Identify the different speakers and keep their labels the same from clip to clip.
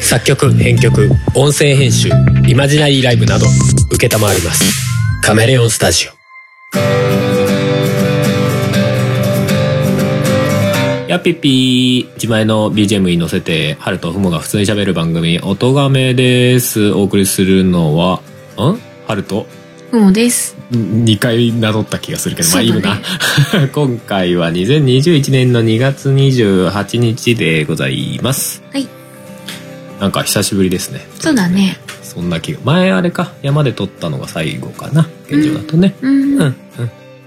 Speaker 1: 作曲編曲音声編集イマジナリーライブなど承りますカメレオンスタジオやっぴっぴー自前の BGM に乗せて春とふもが普通に喋る番組「おとがめ」ですお送りするのはん春と
Speaker 2: ふもです。
Speaker 1: 2回名乗った気がするけど、まあいいよな
Speaker 2: そ。
Speaker 1: 今回は2021年の2月28日でございます。
Speaker 2: はい。
Speaker 1: なんか久しぶりですね。
Speaker 2: そうだね。
Speaker 1: そんな気が。前あれか、山で撮ったのが最後かな。現状だとね。
Speaker 2: う
Speaker 1: うん、う
Speaker 2: ん。うん。
Speaker 1: ん。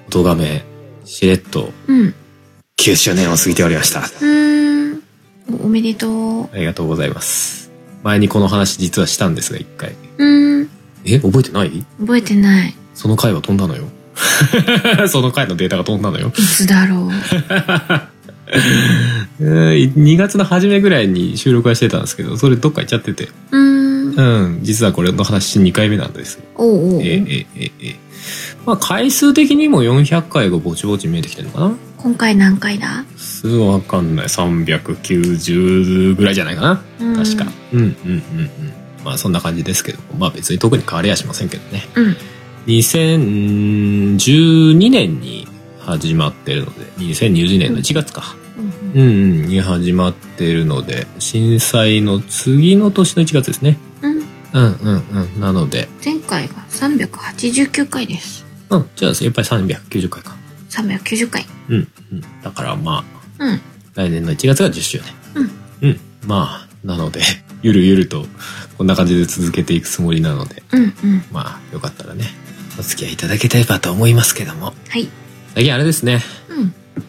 Speaker 1: 音がめ、しれっと
Speaker 2: うん。
Speaker 1: 9周年を過ぎておりました。
Speaker 2: うんおおめでとう。
Speaker 1: ありがとうございます。前にこの話実はしたんですが、一回。
Speaker 2: うん。
Speaker 1: え、覚えてない
Speaker 2: 覚えてない。
Speaker 1: その回は飛んだのよ。 その回のデータが飛んだのよ。
Speaker 2: いつだろう。
Speaker 1: えー2月の初めぐらいに収録はしてたんですけどそれどっか行っちゃってて
Speaker 2: うん。
Speaker 1: うん実はこれの話2回目なんです
Speaker 2: おうお
Speaker 1: ええ
Speaker 2: う。
Speaker 1: ええええまあ回数的にも400回がぼちぼち見えてきてるのかな
Speaker 2: 今回何回だ
Speaker 1: すごいわかんない390ぐらいじゃないかな
Speaker 2: うん
Speaker 1: 確かうんうんうんうんまあそんな感じですけどまあ別に特に変わりはしませんけどね
Speaker 2: うん。
Speaker 1: 2012年に始まってるので2020年の1月か、
Speaker 2: うん
Speaker 1: うんうん、に始まってるので、震災の次の年の1月ですね。
Speaker 2: うん。
Speaker 1: うんうんうん。なので、
Speaker 2: 前回が389回です。
Speaker 1: うん、じゃあやっぱり390回か。
Speaker 2: 390回。
Speaker 1: うんうん。だからまあ、
Speaker 2: うん。
Speaker 1: 来年の1月が10周年。うん。うん。まあ、なので、 ゆるゆると、こんな感じで続けていくつもりなので、
Speaker 2: うんうん。
Speaker 1: まあ、よかったらね、お付き合いいただければと思いますけども。
Speaker 2: はい。
Speaker 1: 最近あれですね、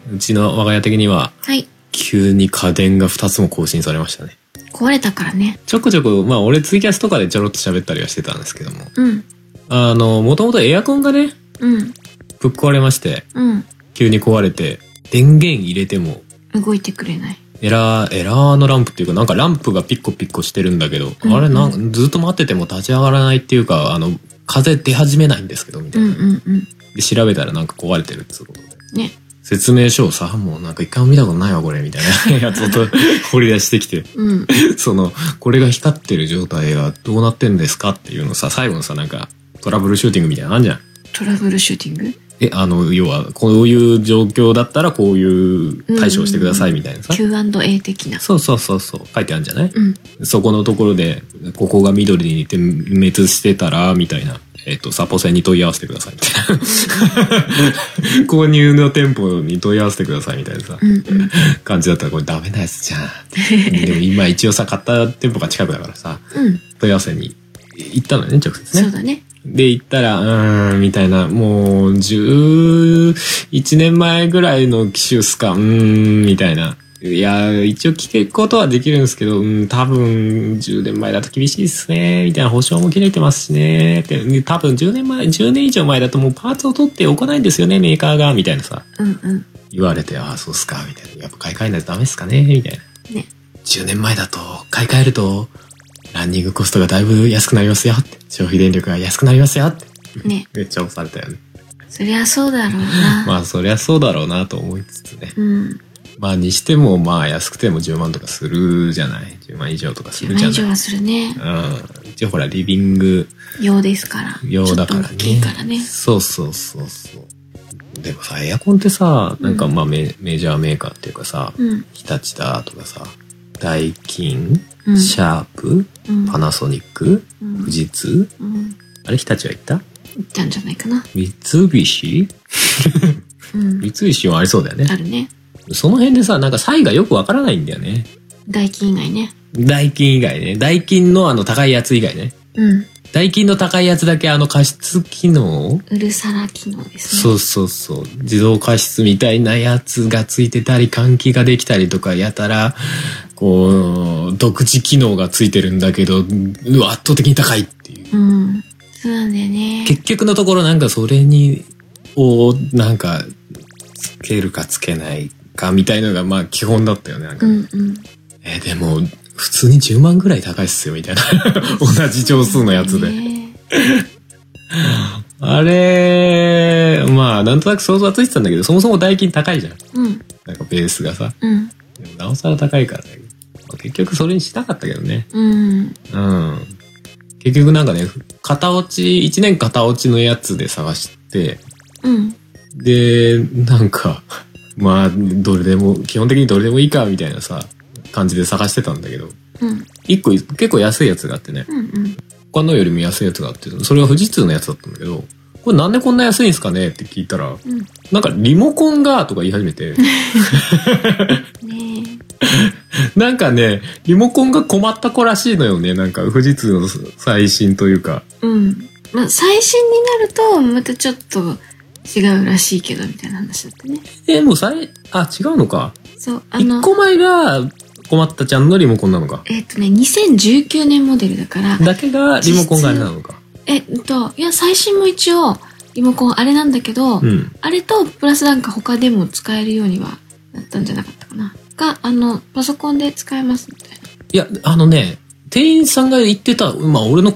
Speaker 2: うん。
Speaker 1: うちの我が家的には、
Speaker 2: はい。
Speaker 1: 急に家電が2つも更新されましたね。
Speaker 2: 壊れたからね。
Speaker 1: ちょこちょこ、まあ俺ツイキャスとかでちょろっと喋ったりはしてたんですけども。
Speaker 2: うん。
Speaker 1: あの、もともとエアコンがね、
Speaker 2: うん。
Speaker 1: ぶっ壊れまして、
Speaker 2: うん。
Speaker 1: 急に壊れて、電源入れても、
Speaker 2: 動いてくれない。
Speaker 1: エラー、エラーのランプっていうか、なんかランプがピッコピッコしてるんだけど、
Speaker 2: うんうん
Speaker 1: あれなん、ずっと待ってても立ち上がらないっていうか、あの、風出始めないんですけど、みた
Speaker 2: う
Speaker 1: い
Speaker 2: ん
Speaker 1: な。
Speaker 2: うんうん。
Speaker 1: で、調べたらなんか壊れてるってことで。
Speaker 2: ね。
Speaker 1: 説明書をさ、もうなんか一回も見たことないわ、これ、みた いなやつをと掘り出してきて。
Speaker 2: うん。
Speaker 1: その、これが光ってる状態がどうなってんですかっていうのさ、最後のさ、なんか、トラブルシューティングみたいなのあんじゃん。
Speaker 2: トラブルシューティング
Speaker 1: え、あの、要は、こういう状況だったらこういう対処をしてくださいみたいなさ。
Speaker 2: ?Q&A 的な。
Speaker 1: そうそうそうそう、書いてあるんじゃない
Speaker 2: うん。
Speaker 1: そこのところで、ここが緑に点滅してたら、みたいな。えっと、サポセンに問い合わせてください、 みたいな。購入の店舗に問い合わせてください、みたいなさ。
Speaker 2: うんうん。
Speaker 1: 感じだったらこれダメなやつじゃん。でも今一応さ、買った店舗が近くだからさ、
Speaker 2: うん。
Speaker 1: 問い合わせに行ったのよね、直接
Speaker 2: そう
Speaker 1: ね。
Speaker 2: だね。
Speaker 1: で、行ったら、うーん、みたいな、もう、11年前ぐらいの機種っすか、うーん、みたいな。いや、一応聞くことはできるんですけど、うん、多分、10年前だと厳しいっすね、みたいな保証も切れてますしね、って、で多分10年前、10年以上前だともうパーツを取っておかないんですよね、メーカーが、みたいなさ、
Speaker 2: うんうん。
Speaker 1: 言われて、ああ、そうっすか、みたいな。やっぱ買い替えないとダメっすかね、みたいな。
Speaker 2: ね。
Speaker 1: 10年前だと買い替えるとランニングコストがだいぶ安くなりますよって消費電力が安くなりますよって
Speaker 2: ね。
Speaker 1: めっちゃ押されたよね
Speaker 2: そりゃそうだろうな。
Speaker 1: まあそりゃそうだろうなと思いつつね
Speaker 2: うん。
Speaker 1: まあにしてもまあ安くても10万とかするじゃない10万以上とかするじゃ
Speaker 2: 以上
Speaker 1: ない
Speaker 2: はするね。
Speaker 1: うん一応ほらリビング
Speaker 2: 用ですから。
Speaker 1: 用だからね
Speaker 2: ちょっと大きいからね。
Speaker 1: そうそうそうそうでもさエアコンってさなんかまあメ,、メジャーメーカーっていうかさ
Speaker 2: うん。
Speaker 1: 日立だとかさダイキン、
Speaker 2: うん。
Speaker 1: シャープ
Speaker 2: うん。
Speaker 1: パナソニック
Speaker 2: うん
Speaker 1: 富。士通
Speaker 2: うん。
Speaker 1: あれ日立は行った
Speaker 2: いったんじゃないかな。
Speaker 1: 三菱
Speaker 2: うん。
Speaker 1: 三菱はありそうだよね
Speaker 2: あ。るね。
Speaker 1: その辺でさ、なんか差異がよくわからないんだよね。
Speaker 2: 代金以外ね。
Speaker 1: ダイキン以外ね。ダイキンのあの高いやつ以外ね。
Speaker 2: うん。
Speaker 1: ダイキンの高いやつだけあの加湿機能
Speaker 2: うるさら機能ですね。
Speaker 1: そうそうそう。自動加湿みたいなやつがついてたり、換気ができたりとか、やたら、こう、独自機能がついてるんだけど、うわ圧倒的に高いっていう。
Speaker 2: うん。そうなんだよね。
Speaker 1: 結局のところなんかそれにをなんかつけるかつけないかみたいのがまあ基本だったよねなんか、
Speaker 2: うんうん。
Speaker 1: えーでも普通に10万ぐらい高いっすよみたいな 同じ兆数のやつで、
Speaker 2: ね
Speaker 1: あれまあなんとなく想像はついてたんだけどそもそも代金高いじゃん
Speaker 2: うん。
Speaker 1: なんかベースがさ
Speaker 2: うん。
Speaker 1: でもなおさら高いからねまあ結局それにしなかったけどね。
Speaker 2: うん。
Speaker 1: うん。結局なんかね、片落ち、一年片落ちのやつで探して、
Speaker 2: うん。
Speaker 1: で、なんか、まあ、どれでも、基本的にどれでもいいか、みたいなさ、感じで探してたんだけど、
Speaker 2: うん。
Speaker 1: 一個結構安いやつがあってね、
Speaker 2: うん。うん。
Speaker 1: 他のよりも安いやつがあって、それは富士通のやつだったんだけど、これなんでこんな安いんすかねって聞いたら、
Speaker 2: うん。
Speaker 1: なんかリモコンがとか言い始め て、
Speaker 2: ね
Speaker 1: なんかね、リモコンが困った子らしいのよね、なんか富士通の最新というか。
Speaker 2: え。うん。まあ、最新になると、またちょっと違うらしいけど、みたいな話だったね。
Speaker 1: え、もう最、あ、違うのか。
Speaker 2: そう、あの
Speaker 1: 一、個前が困ったちゃんのリモコンなのか。
Speaker 2: えっ、とね、2019年モデルだから、
Speaker 1: だけがリモコンがあれなのか。
Speaker 2: えっと、いや、最新も一応、リモコンあれなんだけど、
Speaker 1: うん。
Speaker 2: あれと、プラスなんか他でも使えるようにはなったんじゃなかったかな。が、あの、パソコンで使えますみたいな。
Speaker 1: いや、あのね、店員さんが言ってた、まあ俺の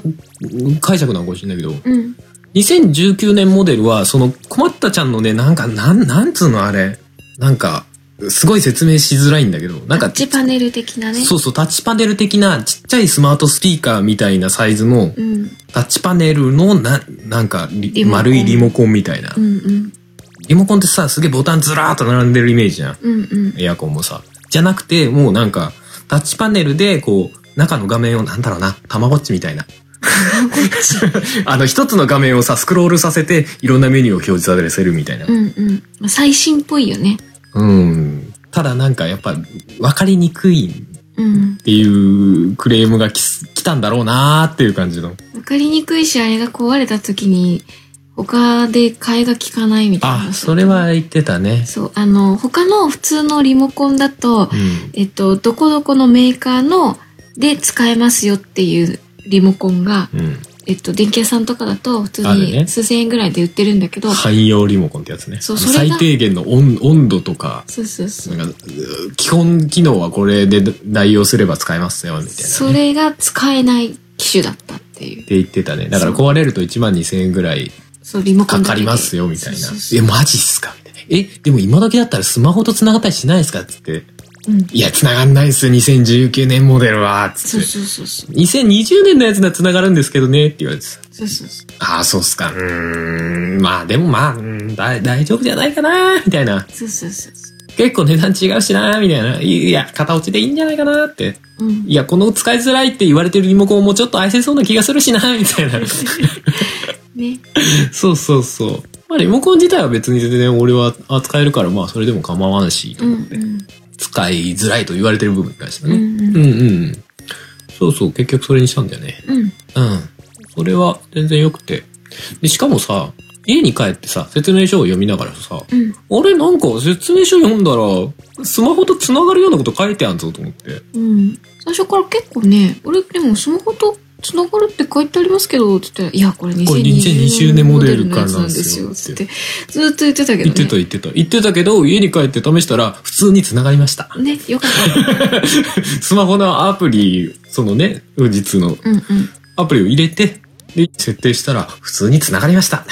Speaker 1: 解釈なのかもしれないけど、
Speaker 2: うん。
Speaker 1: 2019年モデルは、その困ったちゃんのね、なんか、なん、なんつうのあれ、なんか、すごい説明しづらいんだけど、なん
Speaker 2: タ
Speaker 1: か
Speaker 2: ッ、チパネル的なね。
Speaker 1: そうそう、タッチパネル的なちっちゃいスマートスピーカーみたいなサイズの、
Speaker 2: うん。
Speaker 1: タッチパネルのな、なんかリ
Speaker 2: リモコン
Speaker 1: 丸いリモコンみたいな
Speaker 2: う。んうん。
Speaker 1: リモコンってさ、すげえボタンずらーっと並んでるイメージじゃん。
Speaker 2: うんうん。
Speaker 1: エアコンもさ。じゃなくて、もうなんか、タッチパネルで、こう、中の画面を、なんだろうな、たまごっちみたいな。 あの、一つの画面をさ、スクロールさせて、いろんなメニューを表示させるみたいな。
Speaker 2: うんうん。まあ最新っぽいよね。
Speaker 1: うん。ただなんか、やっぱ、わかりにくいっ
Speaker 2: うん。
Speaker 1: ていうクレームがきす来たんだろうなーっていう感じの。
Speaker 2: わかりにくいし、あれが壊れた時に、他で替えが効かないみたいな。
Speaker 1: あ、それ。は言ってたね。
Speaker 2: そう、あの、他の普通のリモコンだと、
Speaker 1: うん。
Speaker 2: えっと、どこどこのメーカーので使えますよっていうリモコンが、
Speaker 1: うん。
Speaker 2: えっと、電気屋さんとかだと普通
Speaker 1: あるね
Speaker 2: に数千円ぐらいで売ってるんだけど、
Speaker 1: 汎用リモコンってやつね。
Speaker 2: そう
Speaker 1: あの
Speaker 2: それが
Speaker 1: 最低限の温温度とか、
Speaker 2: そうそうそう。
Speaker 1: なんか、う基本機能はこれで代用すれば使えますよ、みたいなね、
Speaker 2: それが使えない機種だったっていう
Speaker 1: っ。て言ってたね。だから壊れると1万2000円ぐらい
Speaker 2: そう、リモコ
Speaker 1: か
Speaker 2: ンだ
Speaker 1: か
Speaker 2: け
Speaker 1: り
Speaker 2: で
Speaker 1: ますよ、みたいな
Speaker 2: そうそう。そう
Speaker 1: え、マジっすかみたいな。え、でも今時だったらスマホと繋がったりしないですかつって。
Speaker 2: うん。
Speaker 1: いや、繋がんないっす、2019年モデルは、つ
Speaker 2: そう
Speaker 1: って。
Speaker 2: そうそうそう。
Speaker 1: 2020年のやつなら繋がるんですけどね、って言われてた。
Speaker 2: そうそうそう。
Speaker 1: ああ、そうっすか。うーん。まあ、でもまあ、うーんだ大丈夫じゃないかな、みたいな。
Speaker 2: そうそうそうそ
Speaker 1: 結構値段違うしな、みたいな。いや、片落ちでいいんじゃないかな、って。
Speaker 2: う。うん。
Speaker 1: いや、この使いづらいって言われてるリモコンもちょっと愛せそうな気がするしな、 みたいな。
Speaker 2: ね。
Speaker 1: そうそうそう。まあ、リモコン自体は別に全然俺は扱えるから、まあ、それでも構わんし、
Speaker 2: うんうん。
Speaker 1: 使いづらいと言われてる部分に関しては
Speaker 2: う
Speaker 1: ね。
Speaker 2: ん
Speaker 1: う
Speaker 2: うん
Speaker 1: んうん。そうそう、結局それにしたんだよね。
Speaker 2: うん。
Speaker 1: うん。それは全然良くて。で、しかもさ、家に帰ってさ、説明書を読みながらさ、
Speaker 2: うん。
Speaker 1: あれなんか説明書読んだら、スマホと繋がるようなこと書いてあんぞと思って。
Speaker 2: うん。最初から結構ね、俺でもスマホと繋がるって書いてありますけど、つって言ったら、いや、これ
Speaker 1: これ2020
Speaker 2: 2020
Speaker 1: 年
Speaker 2: 年
Speaker 1: モ
Speaker 2: モ
Speaker 1: デ
Speaker 2: デ
Speaker 1: ル
Speaker 2: ル
Speaker 1: か
Speaker 2: からら
Speaker 1: な
Speaker 2: なんん
Speaker 1: で
Speaker 2: ですす
Speaker 1: よ
Speaker 2: よ、つって。ずっと言ってた
Speaker 1: 言
Speaker 2: けどね。
Speaker 1: ってた言ってた。言ってたけど、家に帰って試したら、普通に繋がりました。
Speaker 2: ね、よかった。
Speaker 1: スマホのアプリ、そのね、富士通の
Speaker 2: うんうん。
Speaker 1: アプリを入れて、で、設定したら、普通に繋がりました。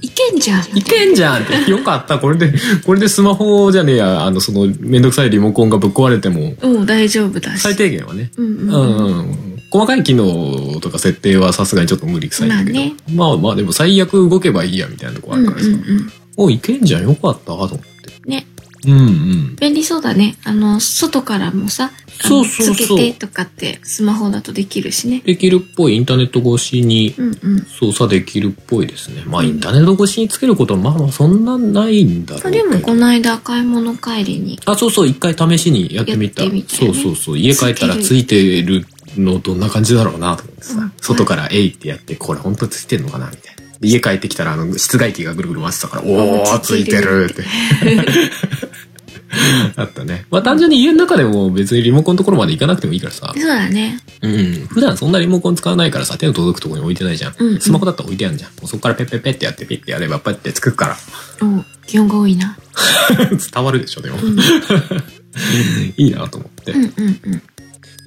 Speaker 2: いけんじゃん。
Speaker 1: いけんじゃんっ て。よかった。これで、これでスマホじゃねえや、あの、その、めんどくさいリモコンがぶっ壊れても、
Speaker 2: うん、大丈夫だし。
Speaker 1: 最低限はね。
Speaker 2: うん
Speaker 1: う
Speaker 2: うんん。うん
Speaker 1: うん。細かい機能とか設定はさすがにちょっと無理くさいんだけど。
Speaker 2: まあね
Speaker 1: まあまあでも最悪動けばいいやみたいなとこあ
Speaker 2: うん
Speaker 1: る
Speaker 2: う
Speaker 1: からさ。
Speaker 2: ん。
Speaker 1: お、いけんじゃん。よかった。と思って。
Speaker 2: ね、
Speaker 1: うんうん。
Speaker 2: 便利そうだね。あの、外からもさ、あ
Speaker 1: そ
Speaker 2: の
Speaker 1: うそうそう
Speaker 2: つけてとかってスマホだとできるしね。
Speaker 1: できるっぽいインターネット越しに
Speaker 2: うんうん。
Speaker 1: 操作できるっぽいですね。まあインターネット越しにつけることはまあまあそんなないんだろうけ
Speaker 2: で
Speaker 1: ど。
Speaker 2: も、この間買い物帰りに、
Speaker 1: あ、そうそう、一回試しにやってみた。
Speaker 2: やってみた
Speaker 1: そ
Speaker 2: よ
Speaker 1: う
Speaker 2: ね
Speaker 1: そうそう。家帰ったらついてるのどんな感じだろうなと思ってさ、
Speaker 2: うん
Speaker 1: 外からえいってやって、これ本当ついてんのかなみたいな。で家帰ってきたら、あの、室外機がぐるぐる回ってたから、おー、つ
Speaker 2: つ
Speaker 1: い
Speaker 2: い
Speaker 1: て
Speaker 2: て
Speaker 1: る
Speaker 2: る
Speaker 1: って。 あったね。まあ単純に家の中でも別にリモコンのところまで行かなくてもいいからさ。
Speaker 2: そうだね。
Speaker 1: うん。普段そんなリモコン使わないからさ、手の届くところに置いてないじゃん。
Speaker 2: うんうん
Speaker 1: スマホだったら置いてあるじゃん。もうそこからペッペッペッってやって、ピッてやれば、パッてつくから。
Speaker 2: お、気温が多いな。
Speaker 1: 伝わるでしょ、でも。
Speaker 2: うん。
Speaker 1: いいなと思って。
Speaker 2: うんうんうん。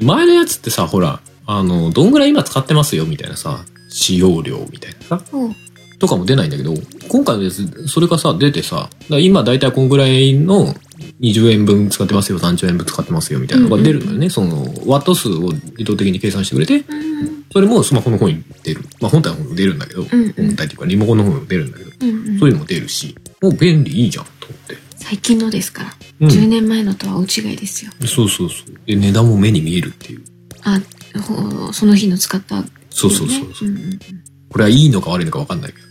Speaker 1: 前のやつってさほらあのどんぐらい今使ってますよみたいなさ使用量みたいなさ
Speaker 2: おう
Speaker 1: とかも出ないんだけど今回のやつそれがさ出てさだから今大体こんぐらいの20円分使ってますよ、30円分使ってますよ、みたいなのが出るのよね。その、ワット数を自動的に計算してくれて、
Speaker 2: うん
Speaker 1: それもスマホの方に出る。まあ本体の方にも出るんだけど、
Speaker 2: んうん
Speaker 1: 本体っていうかリモコンの方にも出るんだけど、
Speaker 2: うんうん
Speaker 1: そういうのも出るし、もう便利いいじゃん、と思って。
Speaker 2: 最近のですから、
Speaker 1: うん
Speaker 2: 10年前のとは大違いですよ
Speaker 1: そうそうそう。で、値段も目に見えるっていう。
Speaker 2: あほその日の使った、ね、
Speaker 1: そうそうそうそう。
Speaker 2: んんん
Speaker 1: これはいいのか悪いのか分かんないけど。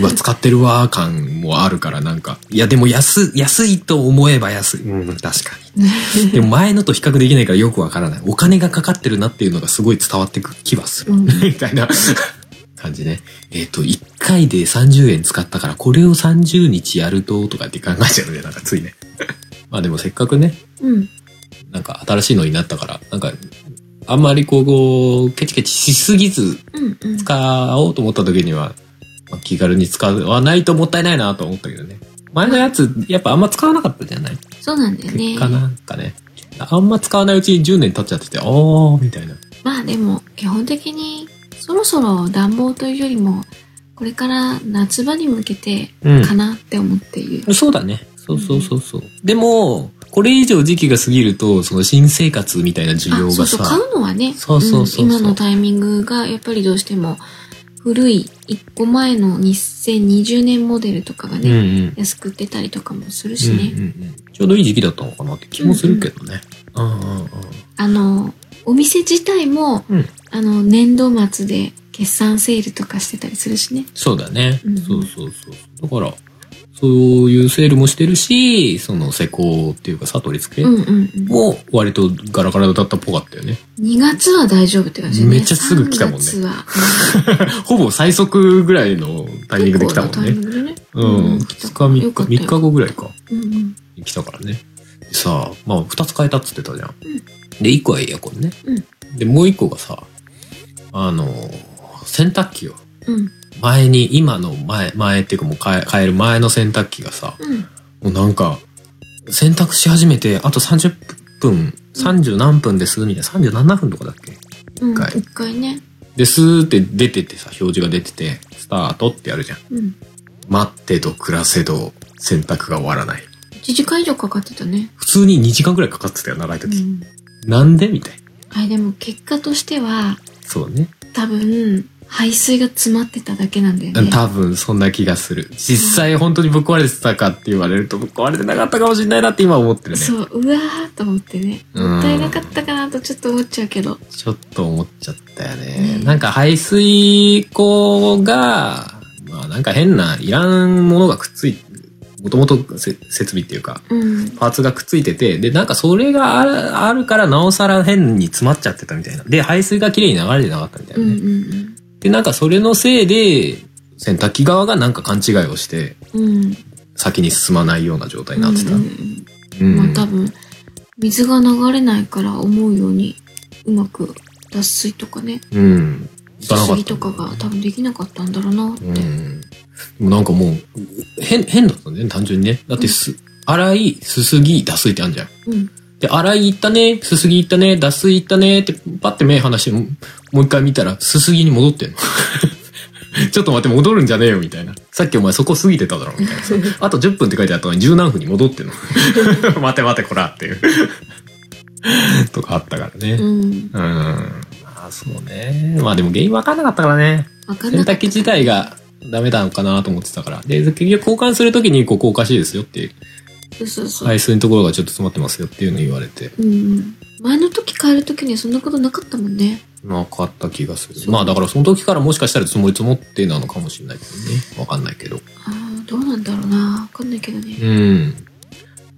Speaker 1: うわ、使ってるわー感もあるからなんか。いや、でも安、安いと思えば安い。うん、確かに。でも前のと比較できないからよくわからない。お金がかかってるなっていうのがすごい伝わってく気はする。
Speaker 2: うん
Speaker 1: みたいな感じね。えっ、と、1回で30円使ったからこれを30日やると、とかって考えちゃうね。なんかついね。 まあでもせっかくね、
Speaker 2: うん
Speaker 1: なんか新しいのになったから、なんか、あんまりこうこう、ケチケチしすぎず、
Speaker 2: うんうん
Speaker 1: 使おうと思った時には、まあ気軽に使わないともったいないなと思ったけどね。前のやつ、やっぱあんま使わなかったじゃない
Speaker 2: そうなんだよね
Speaker 1: 結果なんかね。あんま使わないうちに10年経っちゃってて、あー、みたいな。
Speaker 2: まあでも基本的にそろそろ暖房というよりもこれから夏場に向けてかなって思っている、
Speaker 1: そうだね。そうそうそうそう。でも、これ以上時期が過ぎると、その新生活みたいな需要
Speaker 2: あ
Speaker 1: がさ、
Speaker 2: そうそう買うのはね
Speaker 1: そうそうそうそうん
Speaker 2: 今のタイミングがやっぱりどうしても古い1個前の2020年モデルとかが
Speaker 1: うんう
Speaker 2: ね、
Speaker 1: ん。
Speaker 2: 安く売ってたりとかもするしね、
Speaker 1: うんうんうんちょうどいい時期だったのかなって気もするけどね。うんうんうん。
Speaker 2: あのお店自体も、
Speaker 1: うん
Speaker 2: あの年度末で決算セールとかしてたりするしね
Speaker 1: そうだね。
Speaker 2: うん
Speaker 1: そうそうそう。だから、そういうセールもしてるし、その施工っていうかさ、取り付け
Speaker 2: うんうんうん
Speaker 1: も割とガラガラだったっぽかったよね。
Speaker 2: 2月は大丈夫って感じね
Speaker 1: めっちゃすぐ来たもんね
Speaker 2: 3月は
Speaker 1: ほぼ最速ぐらいのタイミングで来たもん
Speaker 2: 結
Speaker 1: ね。
Speaker 2: 構なタイミングでね
Speaker 1: うん。2日3
Speaker 2: よ
Speaker 1: 日、
Speaker 2: かったよ
Speaker 1: 3日後ぐらいか。
Speaker 2: うんうん
Speaker 1: 来たからね。でさ、まあ2つ変えたっつってたじゃん。
Speaker 2: うん
Speaker 1: で、1個はエアコンね。で、もう1個がさ、あの、洗濯機を。
Speaker 2: うん
Speaker 1: 前に、今の前、前っていうかもう変え変える前の洗濯機がさ、
Speaker 2: うん
Speaker 1: もうなんか、洗濯し始めて、あと30分、30何分です、みたいな、37分とかだっけ
Speaker 2: うん
Speaker 1: 一回
Speaker 2: 一回ね
Speaker 1: ですーって出ててさ、表示が出てて、スタートってやるじゃん。
Speaker 2: うん
Speaker 1: 待ってど暮らせど、洗濯が終わらない。
Speaker 2: 1時間以上かかってたね、
Speaker 1: 普通に2時間くらいかかってたよ、長いう時。
Speaker 2: ん、
Speaker 1: なんでみたいな。
Speaker 2: あれでも結果としては
Speaker 1: そうね。
Speaker 2: 多分排水が詰まってただけなんだよね
Speaker 1: 多分そんな気がする。実際本当にぶっ壊れてたかって言われると、ぶっ壊れてなかったかもしれないなって今思ってるね。
Speaker 2: そううわーと思ってね
Speaker 1: うん
Speaker 2: もったいなかったかなとちょっと思っちゃうけど
Speaker 1: ちょっと思っちゃったよね。
Speaker 2: ね
Speaker 1: なんか排水口が、まあなんか変ないらんものがくっついもともと設備っていうか、
Speaker 2: うん
Speaker 1: パーツがくっついてて、で、なんかそれがあるあるからなおさら変に詰まっちゃってたみたいな。で、排水が綺麗に流れてなかったみたい
Speaker 2: うんう
Speaker 1: な、
Speaker 2: ん
Speaker 1: ねで、なんかそれのせいで、洗濯機側がなんか勘違いをして、
Speaker 2: うんうん
Speaker 1: 先に進まないような状態になってた。
Speaker 2: う
Speaker 1: うん
Speaker 2: うん
Speaker 1: ん
Speaker 2: うんまあ多分水が流れないから思うようにうまく脱水とかね
Speaker 1: うん。いかなかった
Speaker 2: 水とかが多分できなかったんだろうなって、
Speaker 1: うん。でもなんかもう、変、変だったんだよね、単純にね。だってす、洗い、すすぎ、脱水ってあるじゃん。
Speaker 2: うん
Speaker 1: で、洗い行ったね、すすぎ行ったね、脱水行ったねって、パッて目離して、ももう一回見たら、すすぎに戻ってんの。 ちょっと待って、戻るんじゃねえよ、みたいな。さっきお前そこ過ぎてただろ、みたいなさ。 あと10分って書いてあったのに、十何分に戻ってんの。 待て待て、こら、っていう。 とかあったから
Speaker 2: う
Speaker 1: ね。
Speaker 2: ん
Speaker 1: うん。まあ、そうね。まあでも原因わかんなかったからね。
Speaker 2: 分かん
Speaker 1: 洗
Speaker 2: なか
Speaker 1: 濯
Speaker 2: っ
Speaker 1: 機
Speaker 2: た
Speaker 1: 自体がダメなのかなと思ってたから。で、結局交換するときに、ここおかしいですよっていう、
Speaker 2: そうそうそう、
Speaker 1: 排水のところがちょっと詰まってますよっていうの言われて、
Speaker 2: うんうん前の時変える時にはそんなことなかったもんね
Speaker 1: なかった気がす
Speaker 2: そ
Speaker 1: る。
Speaker 2: う
Speaker 1: まあだからその時からもしかしたら積もり積もってなのかもしれないけどね。わかんないけど。
Speaker 2: ああどうなんだろうな分かんないけどね
Speaker 1: うん。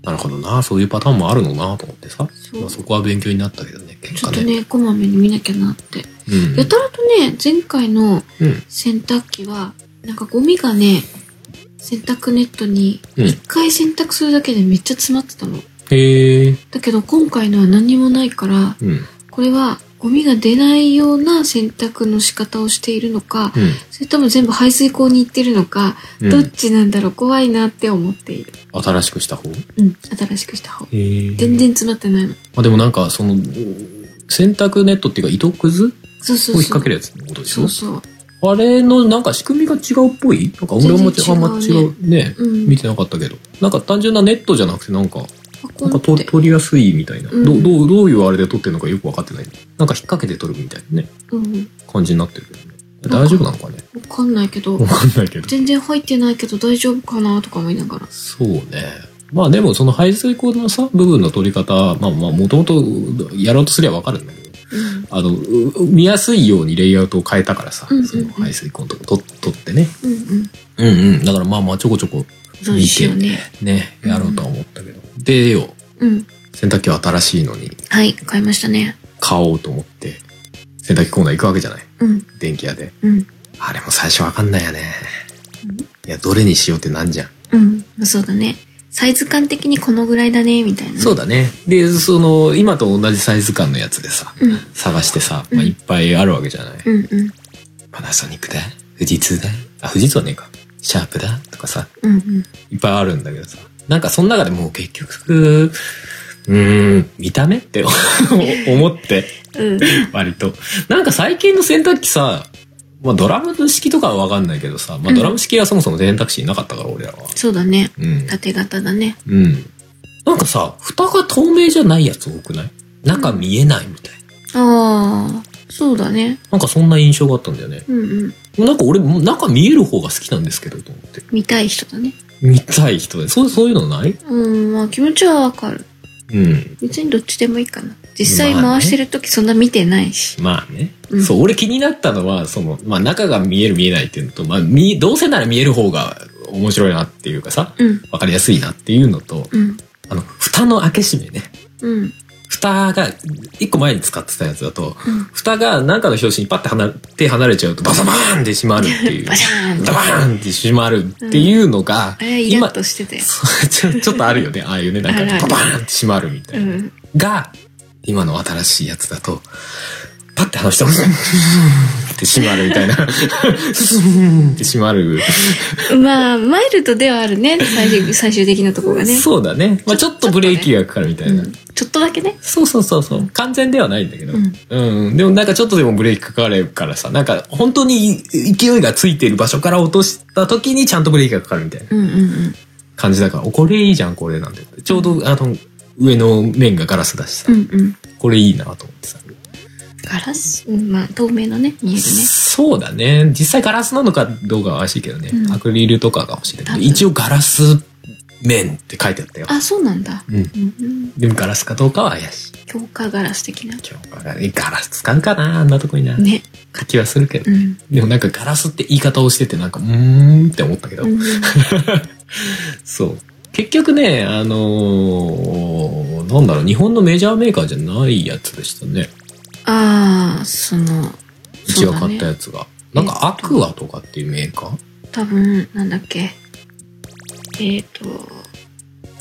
Speaker 1: なるほどな。そういうパターンもあるのなと思ってさ。
Speaker 2: そう
Speaker 1: まあそこは勉強になったけどね、
Speaker 2: ち
Speaker 1: 結果
Speaker 2: ょっと
Speaker 1: ね。
Speaker 2: ねこまめに見なきゃなって
Speaker 1: うん。
Speaker 2: やたらとね前回の
Speaker 1: うん。
Speaker 2: 洗濯機はなんかゴミがね洗濯ネットに
Speaker 1: うん
Speaker 2: 一回洗濯するだけでめっちゃ詰まってたの
Speaker 1: へえ。
Speaker 2: だけど今回のは何にもないから
Speaker 1: うん。うん。
Speaker 2: これはゴミが出ないような洗濯の仕方をしているのかそれとも全部排水口に行ってるのか、
Speaker 1: うん
Speaker 2: どっちなんだろう怖いなって思っている
Speaker 1: 新しくした方へ
Speaker 2: うん新しくした方
Speaker 1: え。
Speaker 2: 全然詰まってないの
Speaker 1: まあでもなんか、その、洗濯ネットっていうか糸くず
Speaker 2: そうそうそ
Speaker 1: を
Speaker 2: う
Speaker 1: 引っ掛けるやつのことでしょ
Speaker 2: そうそう
Speaker 1: あれのなんか仕組みが違うっぽいなんか俺もちあんま違
Speaker 2: 全然違う
Speaker 1: うね。
Speaker 2: うん
Speaker 1: 見てなかったけど。なんか単純なネットじゃなくてなんか、なんか
Speaker 2: ポン
Speaker 1: と
Speaker 2: って
Speaker 1: 取りやすいみたいな、
Speaker 2: うん
Speaker 1: どうどうどういうあれで取ってるのかよく分かってないなんか引っ掛けて取るみたいなね
Speaker 2: うん。
Speaker 1: 感じになってるけどね
Speaker 2: なんか
Speaker 1: 大丈夫なのかね
Speaker 2: わかんないけど
Speaker 1: 分、かんないけど
Speaker 2: 全然入ってないけど大丈夫かなとか思いながら。
Speaker 1: そうね。まあでもその排水口のさ、部分の取り方、まあまあもともとやろうとすりゃわかるんだけど、
Speaker 2: うん。
Speaker 1: あの、う見やすいようにレイアウトを変えたからさ、
Speaker 2: うんうんうん
Speaker 1: その排水口のとこ取取ってね。
Speaker 2: うんうん。
Speaker 1: うんうん。だからまあまあちょこちょこ
Speaker 2: そうしようね。
Speaker 1: ね、やろうとは思ったけど。でよ、
Speaker 2: うん。
Speaker 1: 洗濯機は新しいのに
Speaker 2: はい、買いましたね。
Speaker 1: 買おうと思って、洗濯機コーナー行くわけじゃない
Speaker 2: うん。
Speaker 1: 電気屋で。
Speaker 2: うん。
Speaker 1: あれも最初わかんないよね
Speaker 2: うん。
Speaker 1: いや、どれにしようってなんじゃん。
Speaker 2: うん。そうだね。サイズ感的にこのぐらいだね、みたいな。。
Speaker 1: そううだね。で、その、今と同じサイズ感のやつでさ、
Speaker 2: うん。
Speaker 1: 探してさ、
Speaker 2: うん
Speaker 1: まあ、いっぱいあるわけじゃない。
Speaker 2: うんうん。
Speaker 1: パナソニックだ富士通だあ、富士通はねえか。シャープだとかさ、
Speaker 2: うんうん。
Speaker 1: いっぱいあるんだけどさ。なんかその中でもう結局、うーん、見た目って 思って、
Speaker 2: うん。
Speaker 1: 割と。なんか最近の洗濯機さ、まあドラムの式とかはわかんないけどさ、まあドラム式はそもそも選択肢になかったから、俺らは。
Speaker 2: そうだね。
Speaker 1: うん。
Speaker 2: 縦型だね。
Speaker 1: うん。なんかさ、蓋が透明じゃないやつ多くない中見えないみたいな。
Speaker 2: ああ、そうだね。
Speaker 1: なんかそんな印象があったんだよね。
Speaker 2: うんうん。
Speaker 1: なんか俺、中見える方が好きなんですけど、と思って。
Speaker 2: 見たい人だね。
Speaker 1: 見たい人で。そう、そういうのない
Speaker 2: うん、まあ気持ちはわかる。
Speaker 1: うん。
Speaker 2: 別にどっちでもいいかな。実際
Speaker 1: まあね
Speaker 2: 回してる時そんな見てないし。
Speaker 1: まあね。
Speaker 2: うん
Speaker 1: そう、俺気になったのは、その、まあ中が見える見えないっていうのと、まあ、見、どうせなら見える方が面白いなっていうかさ、
Speaker 2: うん、
Speaker 1: わかりやすいなっていうのと、
Speaker 2: うん、
Speaker 1: あの、蓋の開け閉めね。
Speaker 2: うん、
Speaker 1: 蓋が、一個前に使ってたやつだと、
Speaker 2: うん。
Speaker 1: 蓋がなんかの拍子にパッて離れ、手離れちゃうと、バサバーンって閉まるって いう。
Speaker 2: バシャーン
Speaker 1: ダバーンって閉まるっていうのが、
Speaker 2: あれイラッとしてたよ。
Speaker 1: そう ちょちょっとあるよね。ああいうね、なん
Speaker 2: あるあ
Speaker 1: か、
Speaker 2: る
Speaker 1: パパーンって閉まるみた
Speaker 2: う
Speaker 1: いな。
Speaker 2: ん。
Speaker 1: が、今の新しいやつだと、パッて話して、 ふーんって閉まるみ たいな。ふーんって閉まる。
Speaker 2: まあ、マイルドではあるね。最終最終的なとこがね。
Speaker 1: そうだね。まあちょっとブレーキがかかるみた
Speaker 2: う
Speaker 1: いな。
Speaker 2: ん。ちょっとだけね。
Speaker 1: そうそうそうそう。完全ではないんだけど。
Speaker 2: うん
Speaker 1: うん。でもなんかちょっとでもブレーキかかるからさ、なんか本当に勢いがついてる場所から落とした時にちゃんとブレーキがかかるみたいな
Speaker 2: うんうんうん。
Speaker 1: 感じだから、おこれいいじゃん、これなんて。ちょうど、あの、上の面がガラスだしさ
Speaker 2: う。んうん。
Speaker 1: これいいなと思ってさ。
Speaker 2: ガラス、うん、まあ透明のね、見えるね。
Speaker 1: そうだね。実際ガラスなのかどうかは怪しいけどね。
Speaker 2: うん
Speaker 1: アクリルとかかもしれな
Speaker 2: 多
Speaker 1: い。
Speaker 2: 分
Speaker 1: 一応ガラス面って書いてあったよ。
Speaker 2: あ、そうなんだ。
Speaker 1: うん。
Speaker 2: うんうん。
Speaker 1: でもガラスかどうかは怪しい。
Speaker 2: 強化ガラス的な。
Speaker 1: 今日からねガラス使うかなあんなとこにな。
Speaker 2: ね。
Speaker 1: 気はするけど
Speaker 2: う。ん。
Speaker 1: でもなんかガラスって言い方をしててなんか、うーんって思ったけど。
Speaker 2: うんうん。
Speaker 1: そう。結局ね、あのーなんだろう、日本のメジャーメーカーじゃないやつでしたね。
Speaker 2: ああ、その、
Speaker 1: うち
Speaker 2: そ
Speaker 1: が
Speaker 2: うだ
Speaker 1: 買っ
Speaker 2: ね
Speaker 1: た。やつが。なんかアクアとかっていうメーカー
Speaker 2: 多分、なんだっけ。えっ、ー、と、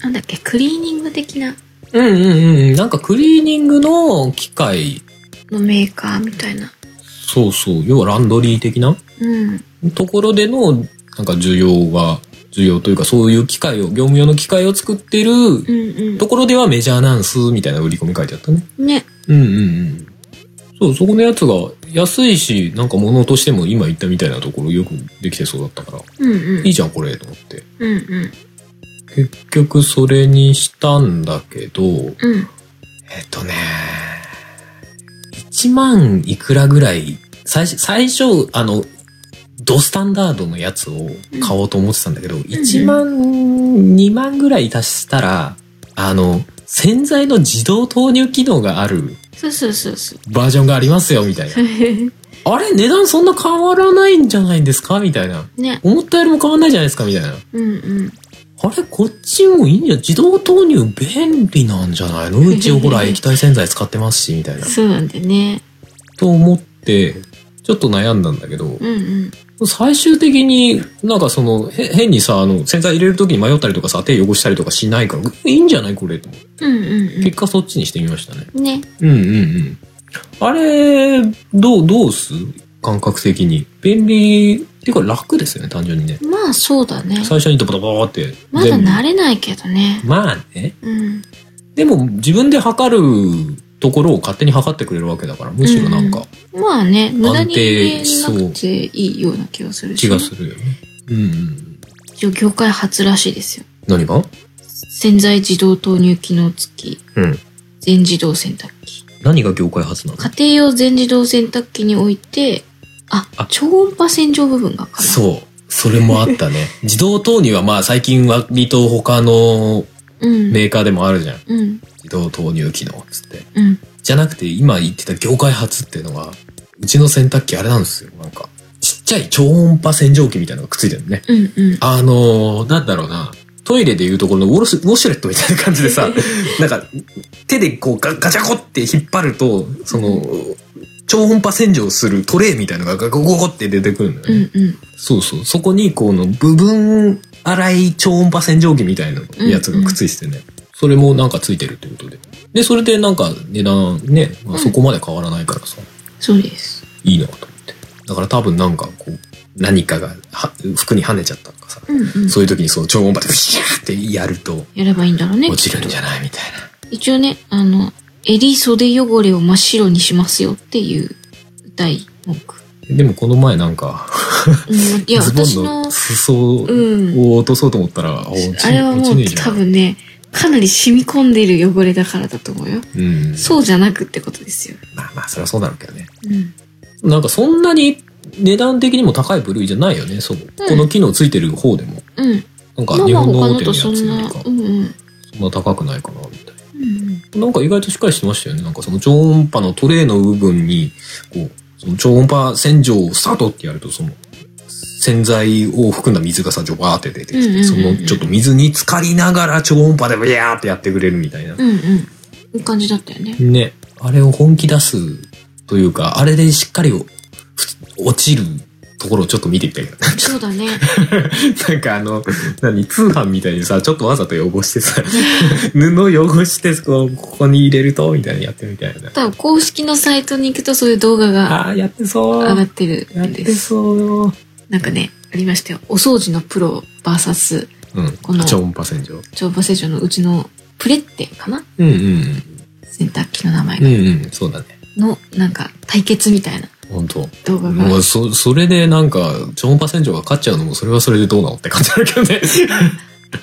Speaker 2: なんだっけ、クリーニング的な
Speaker 1: うんうんうんうん。なんかクリーニングの機械、
Speaker 2: のメーカーみたいな。
Speaker 1: そうそう、要はランドリー的な
Speaker 2: うん。
Speaker 1: ところでの、なんか需要が、需要というかそういう機械を、業務用の機械を作ってる
Speaker 2: うん
Speaker 1: ところではメジャーなんす、みたいな売り込み書いてあったね。
Speaker 2: うん。ね。
Speaker 1: うんうんうん。そう、そこのやつが安いし、なんか物としても今言ったみたいなところよくできてそうだったから、
Speaker 2: うんうん
Speaker 1: いい。じゃんこれ、と思って。
Speaker 2: うんうん。
Speaker 1: 結局それにしたんだけど、
Speaker 2: うん。
Speaker 1: えっとね、1万いくらぐらい、最初、最初、あの、ドスタンダードのやつを買おうと思ってたんだけど、1万、2万ぐらい足したら、あの、洗剤の自動投入機能がある
Speaker 2: そうそうそうそう。
Speaker 1: バージョンがありますよ、みたいな。 あれ値段そんな変わらないんじゃないですかみたいな。
Speaker 2: ね。
Speaker 1: 思ったよりも変わんないじゃないですかみたいな。
Speaker 2: うんうん。
Speaker 1: あれこっちもいいんじゃ、自動投入便利なんじゃないのうちほら液体洗剤使ってますし、みたいな。
Speaker 2: そうなんだよね。
Speaker 1: と思って、ちょっと悩んだんだけど、
Speaker 2: うんうん。
Speaker 1: 最終的になんかその、へ変にさ、あの、洗剤入れる時に迷ったりとかさ、手汚したりとかしないから、いいんじゃないこれと思って。
Speaker 2: うんうん
Speaker 1: 結果そっちにしてみましたね。
Speaker 2: うん。ね。
Speaker 1: うんうんうん。あれ、どう、どうす感覚的に。便利、っていうか楽ですよね、単純にね。
Speaker 2: まあそうだね。
Speaker 1: 最初にドバドバーって。
Speaker 2: まだ
Speaker 1: 全部
Speaker 2: 慣れないけどね。
Speaker 1: まあね。
Speaker 2: うん。
Speaker 1: でも自分で測るところを勝手に測ってくれるわけだから、むしろなんか
Speaker 2: まあね、無駄に
Speaker 1: 安定し
Speaker 2: 入
Speaker 1: そう
Speaker 2: れなくていいような気がするし。
Speaker 1: 気がするよね。うんうん。
Speaker 2: 一応業界初らしいですよ。
Speaker 1: 何が
Speaker 2: 洗剤自動投入機能付き、
Speaker 1: うん。
Speaker 2: 全自動洗濯機。
Speaker 1: 何が業界初なの
Speaker 2: 家庭用全自動洗濯機において、あ、
Speaker 1: あ
Speaker 2: 超音波洗浄部分が可能。
Speaker 1: そう。それもあった ね。自動投入はまあ最近割と他の
Speaker 2: う。うん。
Speaker 1: メーカーでもあるじゃん。
Speaker 2: うん。
Speaker 1: 自動投入機能っつって。
Speaker 2: うん。
Speaker 1: じゃなくて今言ってた業界初っていうのが、うちの洗濯機あれなんですよ。なんか、ちっちゃい超音波洗浄機みたいなのがくっついてるのね。
Speaker 2: うん。うん。
Speaker 1: あのー、なんだろうな。トイレでいうところのウォルスウォシュレットみたいな感じでさ、なんか、手でこうガガチャコって引っ張ると、その、超音波洗浄するトレイみたいのがガゴゴゴって出てくるのよ
Speaker 2: う
Speaker 1: ね。
Speaker 2: ん。うん。
Speaker 1: そうそう。そこに、この部分洗い超音波洗浄機みたいなやつがくっついててね。それもなんかついてるってことで。で、それでなんか値段ね、まあ、そこまで変わらないからさ、
Speaker 2: そうです。
Speaker 1: いいなと思って。だから多分なんかこう、何かがは服に跳ねちゃったとかさ、
Speaker 2: うん。うん。
Speaker 1: そういう時にその超音波でブシャーってやると
Speaker 2: やればいいんだろうね。
Speaker 1: 落ちるんじゃないみたいな。
Speaker 2: 一応ね、あの、襟袖汚れを真っ白にしますよっていう大文句。
Speaker 1: でもこの前なんか、
Speaker 2: うん、いや、
Speaker 1: ズボ
Speaker 2: 私
Speaker 1: ン
Speaker 2: の
Speaker 1: の、裾を
Speaker 2: うん。
Speaker 1: 落とそうと思ったら、あ落ち
Speaker 2: あれは
Speaker 1: 落
Speaker 2: も
Speaker 1: ち
Speaker 2: う
Speaker 1: ねえじゃん
Speaker 2: 多分ね、かなり染み込んでいる汚れだからだと思うよ。
Speaker 1: うん。
Speaker 2: そうじゃなくってことですよ。
Speaker 1: まあまあ、そりゃそうだろうけどね。
Speaker 2: うん。
Speaker 1: なんかそんなに値段的にも高い部類じゃないよね。そう。この機能ついてる方でも。
Speaker 2: うん。
Speaker 1: なん
Speaker 2: ま
Speaker 1: か
Speaker 2: あ
Speaker 1: 日
Speaker 2: まあ
Speaker 1: 本の
Speaker 2: 他
Speaker 1: 大
Speaker 2: の
Speaker 1: 手のや
Speaker 2: と
Speaker 1: つ
Speaker 2: そ
Speaker 1: より
Speaker 2: んな
Speaker 1: か、、
Speaker 2: うんうん。
Speaker 1: そんな高くないかな、みたい
Speaker 2: うん
Speaker 1: な。なんか意外としっかりしてましたよね。なんかその超音波のトレイの部分に、こう、その超音波洗浄をスタートってやると、その、洗剤を含んだ水がさ、ジョバーって出てき
Speaker 2: うんうん
Speaker 1: て、
Speaker 2: うん
Speaker 1: そのちょっと水に浸かりながら超音波でビヤーってやってくれるみたいな。
Speaker 2: うんうん。いい感じだったよね。
Speaker 1: ね。あれを本気出すというか、あれでしっかりふ落ちるところをちょっと見てみたいけど。
Speaker 2: そうだね。
Speaker 1: なんかあの、何、通販みたいにさ、ちょっとわざと汚してさ、 布汚して、こう、ここに入れると、みたいなやってるみたいな。
Speaker 2: 多分公式のサイトに行くとそういう動画
Speaker 1: あ
Speaker 2: が
Speaker 1: あ、やってそう。
Speaker 2: 上が
Speaker 1: や
Speaker 2: ってる
Speaker 1: っ
Speaker 2: んで
Speaker 1: て
Speaker 2: す。
Speaker 1: そうよ。
Speaker 2: なんかね、ありましたよ。お掃除のプロ VS
Speaker 1: うん。
Speaker 2: この
Speaker 1: 超音波洗浄。
Speaker 2: 超波洗浄のうちのプレッテかな
Speaker 1: うんうん。
Speaker 2: 洗濯機の名前
Speaker 1: う
Speaker 2: が
Speaker 1: んうん、そうだね。
Speaker 2: の、なんか対決みたいな
Speaker 1: 本当
Speaker 2: 動画
Speaker 1: も
Speaker 2: が
Speaker 1: う、。そ、それでなんか、超音波洗浄が勝っちゃうのも、それはそれでどうなのって感じだけどね。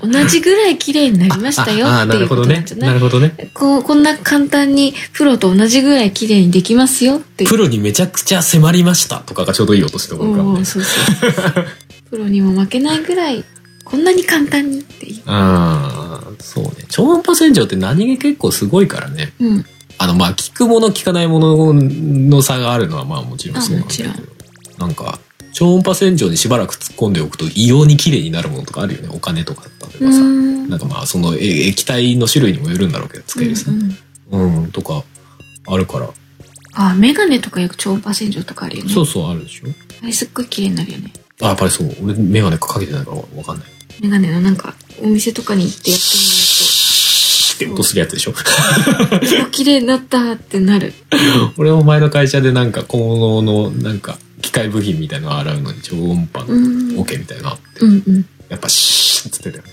Speaker 2: 同じぐらい綺麗になりましたよ
Speaker 1: ああー、
Speaker 2: っ
Speaker 1: な
Speaker 2: てい
Speaker 1: る
Speaker 2: う
Speaker 1: ほど
Speaker 2: ことな
Speaker 1: ね
Speaker 2: んじゃ。な
Speaker 1: ないるほどね。
Speaker 2: こう、こんな簡単にプロと同じぐらい綺麗にできますよっていう
Speaker 1: プロにめちゃくちゃ迫りましたとかがちょうどいい音してたところか
Speaker 2: お
Speaker 1: も
Speaker 2: ー
Speaker 1: ね。
Speaker 2: そうそ うそう。プロにも負けないぐらい、こんなに簡単にっていう。
Speaker 1: ああ、そうね。超音波洗浄って何気結構すごいからね。
Speaker 2: うん。
Speaker 1: あの、まあ、聞くもの聞かないものの差があるのは、まあ、もちろんそうなんだけど
Speaker 2: あも。
Speaker 1: なんか、超音波洗浄にしばらく突っ込んでおくと、異様に綺麗になるものとかあるよね。お金とか、例えばさ。
Speaker 2: うん。
Speaker 1: なんかまあ、そのえ液体の種類にもよるんだろうけど、つけるさ
Speaker 2: う。んうん
Speaker 1: うん、とか、あるから。
Speaker 2: あ、メガネとかよく超音波洗浄とかあるよね。
Speaker 1: そうそう、あるでしょ。
Speaker 2: あれすっごい綺麗になるよね。
Speaker 1: あ、やっぱりそう。俺、メガネかけてないからわかんない。
Speaker 2: メガネのなんか、お店とかに行ってやっ
Speaker 1: って音するやつでしょ。
Speaker 2: てみると、お綺麗になったってなる。
Speaker 1: 俺も前の会社でなんか、小物の、なんか、機械部品みたいなのを洗うのに超音波
Speaker 2: う
Speaker 1: の
Speaker 2: ん。
Speaker 1: オケみたいなのあって。
Speaker 2: うんうん。
Speaker 1: やっぱ、シーッつってたよね。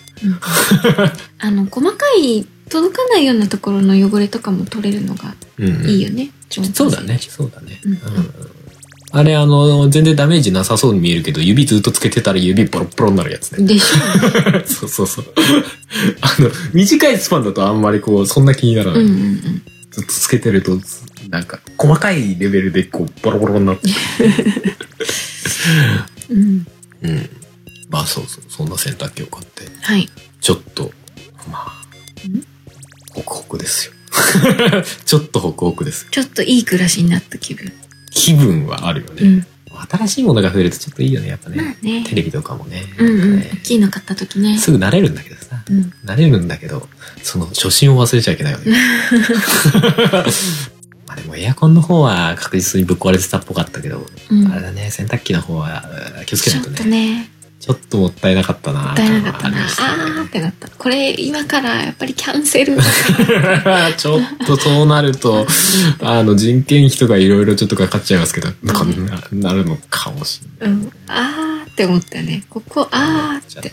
Speaker 2: あの、細かい、届かないようなところの汚れとかも取れるのが
Speaker 1: うん、うん。
Speaker 2: いいよね。超音波
Speaker 1: そ
Speaker 2: 洗浄
Speaker 1: うだね。。そうだね。
Speaker 2: うん
Speaker 1: あれ、あの、全然ダメージなさそうに見えるけど、指ずっとつけてたら指ボロボロになるやつね。
Speaker 2: でしょう ね。
Speaker 1: そうそうそう。あの、短いスパンだとあんまりこう、そんな気になら
Speaker 2: う
Speaker 1: なんい。
Speaker 2: うんうん。
Speaker 1: ずっとつけてると、なんか、細かいレベルでこう、ボロボロになって。
Speaker 2: うん。
Speaker 1: うん。まあそうそう、そんな洗濯機を買って、
Speaker 2: はい。
Speaker 1: ちょっと、まあ
Speaker 2: ん、
Speaker 1: ホクホクですよ。 ちょっとホクホクですよ。
Speaker 2: ちょっといい暮らしになった気分。
Speaker 1: 気分はあるよ
Speaker 2: う
Speaker 1: ね。
Speaker 2: ん。
Speaker 1: 新しいものが増えるとちょっといいよね、やっぱね。
Speaker 2: まあね。
Speaker 1: テレビとかもね。
Speaker 2: うんうん。
Speaker 1: なんか
Speaker 2: 大
Speaker 1: ね
Speaker 2: きいの買った時ね。
Speaker 1: すぐ慣れるんだけどさ。
Speaker 2: うん。
Speaker 1: 慣れるんだけど、その初心を忘れちゃいけないよ ね。まあでもエアコンの方は確実にぶっ壊れてたっぽかったけど、
Speaker 2: うん。
Speaker 1: あれだね、洗濯機の方はうん気をつけ
Speaker 2: ち
Speaker 1: な
Speaker 2: ょ
Speaker 1: い
Speaker 2: っ
Speaker 1: と
Speaker 2: と
Speaker 1: ね。
Speaker 2: ね、
Speaker 1: ちょっともったいなかったな
Speaker 2: もったいなかったな。あー
Speaker 1: あ
Speaker 2: ってなった。これ、今からやっぱりキャンセル。
Speaker 1: ーちょっとそうなると、あの人件費とかいろいろちょっとかかっちゃいますけど、こんな、なるのかもしれない。
Speaker 2: うん。あーって思ったよね。ここ、あーって。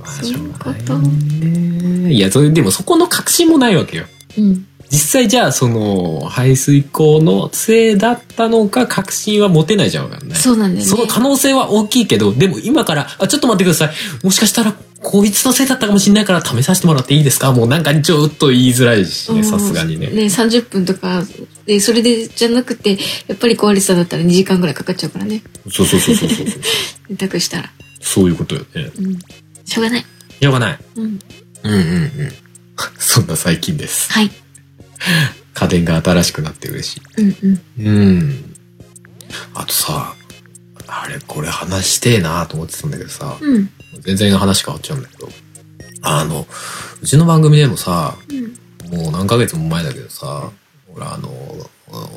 Speaker 1: まあ
Speaker 2: そういうこと
Speaker 1: しょうがないねいや、それでもそこの確信もないわけよ。
Speaker 2: うん。
Speaker 1: 実際じゃあ、その、排水口のせいだったのか、確信は持てないじゃんわかんない。
Speaker 2: そうなんだよね。
Speaker 1: その可能性は大きいけど、でも今から、あ、ちょっと待ってください。もしかしたら、こいつのせいだったかもしれないから試させてもらっていいですかもうなんかちょっと言いづらいしね、さすがにね。
Speaker 2: ね、30分とか、で、それで、じゃなくて、やっぱり壊れてたんだったら2時間ぐらいかかっちゃうからね。
Speaker 1: そうそうそうそうそう。
Speaker 2: 洗濯したら。
Speaker 1: そういうことよね。
Speaker 2: うん。しょうがない。
Speaker 1: やばない。
Speaker 2: うん。
Speaker 1: うんうんうん。 そんな最近です。
Speaker 2: はい。
Speaker 1: 家電が新しくなって嬉しい。
Speaker 2: うんうん。
Speaker 1: うん。あとさ、あれ、これ話してえなと思ってたんだけどさ、
Speaker 2: うん。
Speaker 1: 全然話変わっちゃうんだけど、あの、うちの番組でもさ、
Speaker 2: うん。
Speaker 1: もう何ヶ月も前だけどさ、ほら、あの、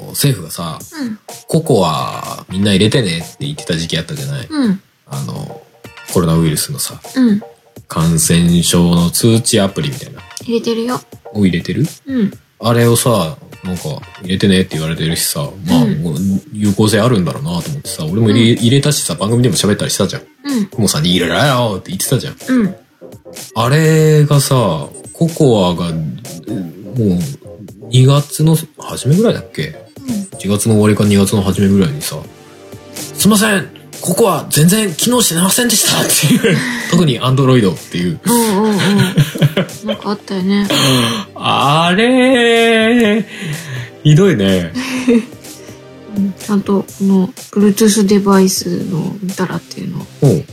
Speaker 1: 政府がさ、
Speaker 2: うん。
Speaker 1: ココアみんな入れてねって言ってた時期あったじゃない
Speaker 2: うん。
Speaker 1: あの、コロナウイルスのさ、
Speaker 2: うん。
Speaker 1: 感染症の通知アプリみたいな、
Speaker 2: 入れてるよ。
Speaker 1: を入れてる
Speaker 2: うん。
Speaker 1: あれをさ、なんか、入れてねって言われてるしさ、まあ、
Speaker 2: うん
Speaker 1: もう有効性あるんだろうなと思ってさ、俺も入れ,、入れたしさ、番組でも喋ったりしたじゃん。
Speaker 2: うん。
Speaker 1: クモさんに入れろよって言ってたじゃん。
Speaker 2: うん。
Speaker 1: あれがさ、ココアが、うんもう、2月の初めぐらいだっけ
Speaker 2: う
Speaker 1: 1
Speaker 2: ん。
Speaker 1: 月の終わりか2月の初めぐらいにさ「すいませんここは全然機能してませんでした」っていう 特にアンドロイドっていう
Speaker 2: おうおうおう。なんかあったよね。
Speaker 1: あれひどいね
Speaker 2: うんちゃんと、この、Bluetooth デバイスの見たらっていうのを、
Speaker 1: うん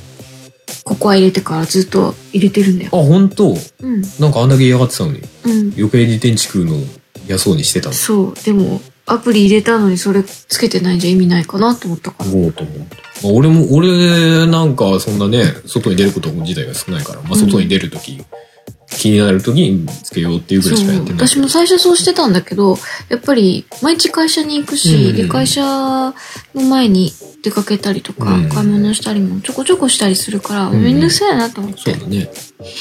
Speaker 2: ここは入れてからずっと入れてるんだよ。
Speaker 1: あ本当
Speaker 2: うん。
Speaker 1: なんかあんだけ嫌がってたのに
Speaker 2: うん。
Speaker 1: 余計に電池食うの嫌そうにしてたの
Speaker 2: そう。でも、アプリ入れたのにそれつけてないんじゃ意味ないかなと思ったから。
Speaker 1: そうと思う、まあ、俺も俺なんかそんなね外に出ること自体が少ないから、まあ、外に出るとき、気になるときにつけようっていうぐらいしかやってない
Speaker 2: 私も最初そうしてたんだけど、やっぱり毎日会社に行くし、
Speaker 1: うん
Speaker 2: で会社の前に出かけたりとか、
Speaker 1: うん
Speaker 2: 買い物したりもちょこちょこしたりするから、
Speaker 1: うん
Speaker 2: めんどくさいなと思っ
Speaker 1: そ
Speaker 2: て。
Speaker 1: うだね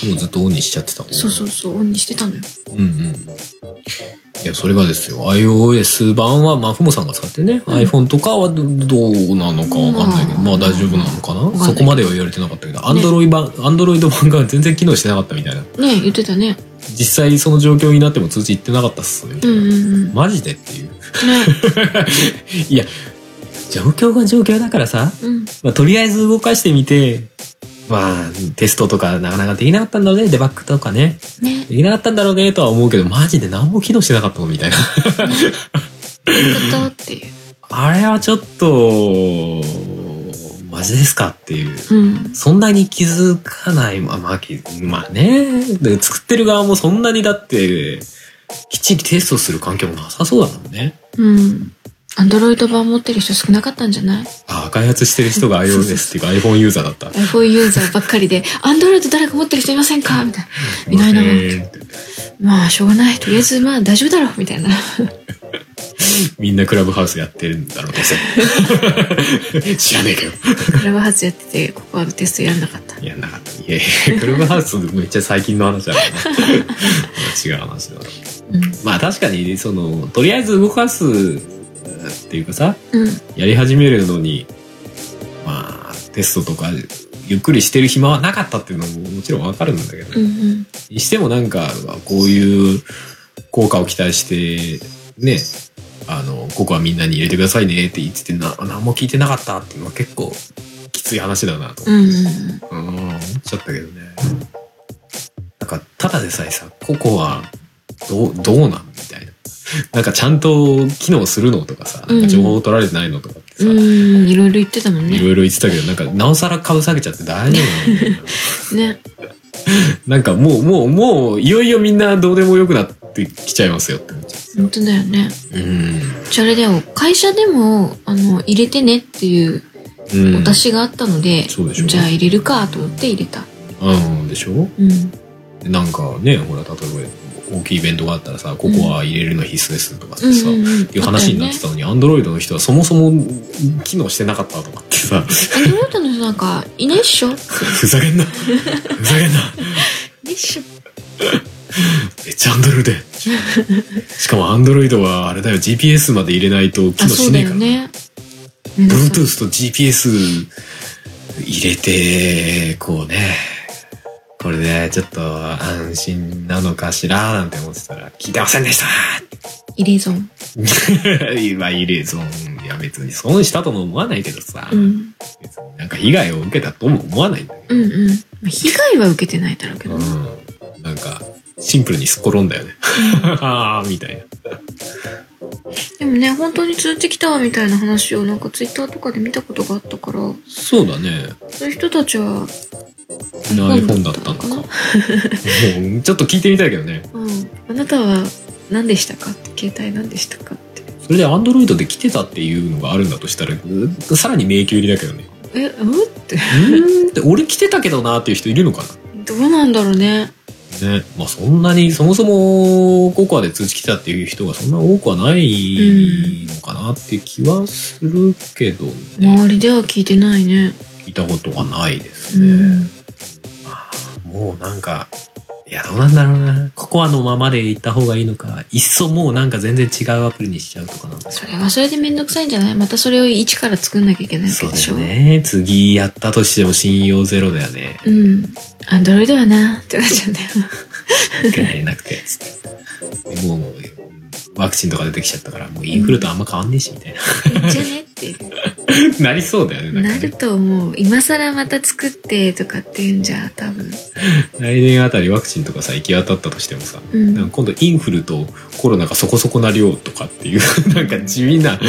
Speaker 1: もうずっとオンにしちゃってたもんね
Speaker 2: そうそうそう、オンにしてたのよ。
Speaker 1: うんうん。いや、それがですよ。iOS 版は、まあ、ふもさんが使ってね、
Speaker 2: ん
Speaker 1: iPhone とかはどどうなのかわかんないけど、
Speaker 2: うん
Speaker 1: まあ大丈夫なのかな、
Speaker 2: んない
Speaker 1: そこまでは言われてなかったけど、Android 版、Android 版が全然機能してなかったみたいな。
Speaker 2: ね言ってたね。
Speaker 1: 実際その状況になっても通知いってなかったっす、みた
Speaker 2: う
Speaker 1: い
Speaker 2: ん
Speaker 1: な。
Speaker 2: う んうん。ね
Speaker 1: マジでっていう。いや、状況が状況だからさ、
Speaker 2: うん。
Speaker 1: まあ、とりあえず動かしてみて、まあ、テストとかなかなかできなかったんだろうね、デバッグとかね。
Speaker 2: ね
Speaker 1: できなかったんだろうね、とは思うけど、マジで何も機能してなかったのみたいな。
Speaker 2: よかったっていう。
Speaker 1: あれはちょっと、マジですかっていう。
Speaker 2: うん。
Speaker 1: そんなに気づかない、まあ、まあ、きまあね。で作ってる側もそんなにだって、きっちりテストする環境もなさそうだもんね。
Speaker 2: うん。アンドロイド版持ってる人少なかったんじゃない
Speaker 1: ああ、開発してる人が iOS っていうか iPhone ユーザーだった。
Speaker 2: ?iPhone ユーザーばっかりで、アンドロイド誰か持ってる人いませんかみたいな。いないな。
Speaker 1: えー
Speaker 2: まあ、しょうがない。とりあえず、まあ、大丈夫だろう。みたいな。
Speaker 1: みんなクラブハウスやってるんだろう、どうせ。 知らねえけど。
Speaker 2: クラブハウスやってて、ここはテストやんなかった。
Speaker 1: いや、なかった。いやいや、クラブハウスめっちゃ最近の話だからな。 違う話だから。
Speaker 2: うん。
Speaker 1: まあ確かにそのとりあえず動かすっていうかさ
Speaker 2: うん。
Speaker 1: やり始めるのにまあテストとかゆっくりしてる暇はなかったっていうのももちろんわかるんだけど、
Speaker 2: うんうん。
Speaker 1: にしてもなんかこういう効果を期待してねあのここはみんなに入れてくださいねって言っててな何も聞いてなかったっていうのは結構きつい話だなと、
Speaker 2: うんうん
Speaker 1: うん、思っちゃったけどねなんかただでさえさここはどうどうなんみたいななんかちゃんと機能するのとかさなんか情報取られてないのとかって
Speaker 2: う
Speaker 1: さ、
Speaker 2: ん。うん。いろいろ言ってたもん
Speaker 1: い
Speaker 2: ね。
Speaker 1: ろいろ言ってたけどなんかなおさら株下げちゃって大丈夫なのみたいな
Speaker 2: ね。
Speaker 1: なんかもうもうもういよいよみんなどうでもよくなってきちゃいますよって思っちゃ
Speaker 2: 本当だよね。
Speaker 1: ううん
Speaker 2: じゃああれだよ。会社でも、あの、入れてねっていう
Speaker 1: うん
Speaker 2: お達しがあったので、
Speaker 1: そうでしょ
Speaker 2: じゃあ入れるかと思って入れた。
Speaker 1: うんでしょ
Speaker 2: うん。
Speaker 1: なんかねほら例えば大きいイベントがあったらさここは入れるの必須ですとかさ、
Speaker 2: うんうんうん。
Speaker 1: っていう話になってたのに、アンドロイドの人はそもそも機能してなかったとかってさ、
Speaker 2: たよね。アンドロイドの人なんか、いないっしょい
Speaker 1: ふざけんなふざけんな
Speaker 2: ないっしょ。
Speaker 1: めっちゃアンドロイドやしかもアンドロイドはあれだよ、GPS まで入れないと機
Speaker 2: あ、
Speaker 1: 能
Speaker 2: そ
Speaker 1: し
Speaker 2: うだ
Speaker 1: ねえ
Speaker 2: よ
Speaker 1: から。
Speaker 2: ね。うん
Speaker 1: Bluetooth と GPS 入れて、こうね。これでちょっと安心なのかしらなんて思ってたら、聞いてませんでした
Speaker 2: 入れ損。
Speaker 1: 今入れそう。うんいや別に損したとも思わないけどさ、
Speaker 2: うん。
Speaker 1: 別になんか被害を受けたとも思わないんだけ
Speaker 2: うんうん。まあ被害は受けてないだろうけ
Speaker 1: ど、
Speaker 2: ど。
Speaker 1: うん、なんかシンプルにすっ転んだよね ああみたいな
Speaker 2: でもね、本当に通知来たわみたいな話をなんかツイッターとかで見たことがあったから、
Speaker 1: そうだね
Speaker 2: そういう人たちは、
Speaker 1: いない本だったのかも うちょっと聞いてみたいけどね
Speaker 2: うん。あなたは何でしたかって、携帯何でしたかって。
Speaker 1: それでアンドロイドで来てたっていうのがあるんだとしたらさらに迷宮入りだけどね
Speaker 2: え、うんって。
Speaker 1: うーんって俺来てたけどなっていう人いるのかな
Speaker 2: どうなんだろうね。
Speaker 1: ね、まあそんなにそもそもココアで通知来たっていう人がそんな多くはないのかなって気はするけどね、
Speaker 2: 周りでは聞いてないね。
Speaker 1: 聞いたことはないです
Speaker 2: う
Speaker 1: ね、
Speaker 2: ん。
Speaker 1: まあもうなんかいやどうなんだろうなココアのままで行った方がいいのかいっそもうなんか全然違うアプリにしちゃうとかなんか
Speaker 2: それはそれでめんどくさいんじゃないまたそれを一から作んなきゃいけないわ
Speaker 1: そ
Speaker 2: け
Speaker 1: う
Speaker 2: で
Speaker 1: だ
Speaker 2: し
Speaker 1: よ
Speaker 2: ょ。
Speaker 1: ね次やったとしても信用ゼロだよね
Speaker 2: うん。アンドロイドはなってなっちゃうん だよ。
Speaker 1: 受け入れなくてつってもうワクチンとか出てきちゃったからもうインフルとあんま変わんねえしみたいな
Speaker 2: じゃねって
Speaker 1: なりそうだよね。なんか
Speaker 2: な
Speaker 1: ね
Speaker 2: ると思う。今更また作ってとかっていうんじゃ多分。
Speaker 1: 来年あたりワクチンとかさ、行き渡ったとしてもさ、
Speaker 2: う
Speaker 1: なん
Speaker 2: ん。
Speaker 1: か今度インフルとコロナがそこそこな量とかっていう、なんか地味 な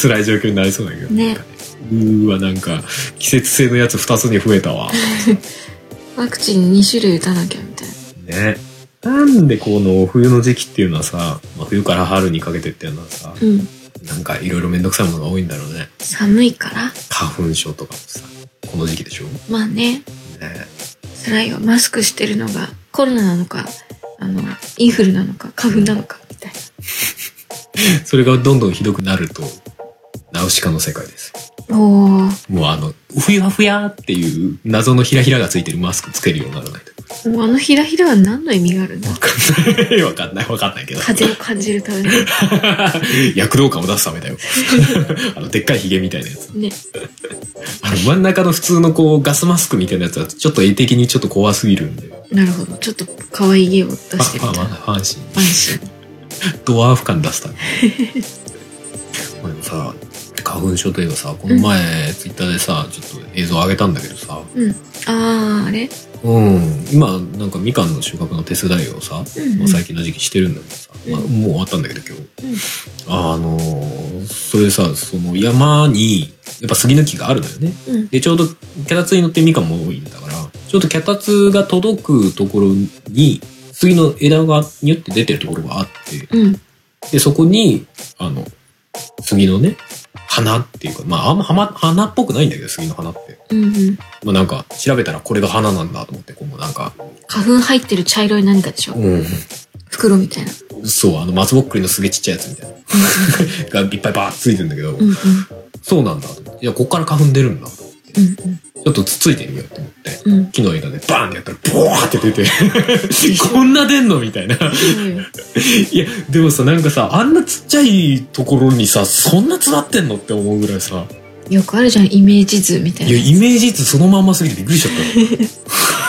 Speaker 1: 辛い状況になりそうだけど。
Speaker 2: ね
Speaker 1: うーわ、なんか季節性のやつ2つに増えたわ。
Speaker 2: ワクチン2種類打たなきゃみたいな。
Speaker 1: ね。なんでこの冬の時期っていうのはさ、まあ、冬から春にかけてっていうのはさ、
Speaker 2: うん。
Speaker 1: なんかいろいろめんどくさいものが多いんだろうね。
Speaker 2: 寒いから。
Speaker 1: 花粉症とかもさ、この時期でしょね
Speaker 2: まあね、辛いよ。マスクしてるのがコロナなのか、あの、インフルなのか、花粉なのかみたいな。
Speaker 1: それがどんどんひどくなると、ナウシカの世界です。
Speaker 2: お
Speaker 1: もうあの、ふやふやっていう謎のひらひらがついてるマスクつけるようにならないと。
Speaker 2: ーもうあのひらひらは何の意味があるんだ
Speaker 1: わかんない。わかんない。わかんないけど。
Speaker 2: 風を感じるために。
Speaker 1: 躍動感を出すためだよ。 あの、でっかいヒゲみたいなやつ。
Speaker 2: ね。
Speaker 1: あの、真ん中の普通のこう、ガスマスクみたいなやつは、ちょっと絵的にちょっと怖すぎるんで。
Speaker 2: なるほど。ちょっと可愛い家を出
Speaker 1: フ
Speaker 2: して
Speaker 1: ァ
Speaker 2: み
Speaker 1: ン、フ
Speaker 2: た
Speaker 1: ァン、
Speaker 2: い
Speaker 1: フ
Speaker 2: な。
Speaker 1: ァンシー。
Speaker 2: 安心。
Speaker 1: ドワーフ感出す ため。でもさ、花粉症といえばさ、この前、ツイッターでさ、ちょっと映像上げたんだけどさ、
Speaker 2: うん。あー、あれ
Speaker 1: うん、今、なんかみかんの収穫の手伝いをさ、
Speaker 2: うん
Speaker 1: まあ、最近の時期してるんだけどさ、まあ
Speaker 2: うん
Speaker 1: もう終わったんだけど今日、あのーそれでさその山にやっぱ杉の木があるのよね
Speaker 2: うん。
Speaker 1: でちょうど脚立に乗ってみかんも多いんだからちょっと脚立が届くところに杉の枝がニュって出てるところがあって
Speaker 2: うん。
Speaker 1: でそこにあの杉のね花っていうかまああんま花花っぽくないんだけど杉の花って。
Speaker 2: うんうん。
Speaker 1: まあなんか調べたらこれが花なんだと思ってこうなんか
Speaker 2: 花粉入ってる茶色い何かでしょ
Speaker 1: うん
Speaker 2: 袋みたいな。
Speaker 1: そう、あの、松ぼっくりのすげえちっちゃいやつみたいな。 がいっぱいバーッついてるんだけど、
Speaker 2: うんうん。
Speaker 1: そうなんだ。いや、こっから花粉出るんだ。ち
Speaker 2: うん
Speaker 1: ょっとつついてみようと思って。
Speaker 2: うん。うん。
Speaker 1: 木の枝でバーンってやったら、ボワーって出て、 こんな出んのみたいな。いや、でもさ、なんかさ、あんなちっちゃいところにさ、そんな詰まってんのって思うぐらいさ、
Speaker 2: よくあるじゃん、イメージ図みたい
Speaker 1: い
Speaker 2: な。
Speaker 1: や、イメージ図そのまんますぎてびっくりしち ゃった。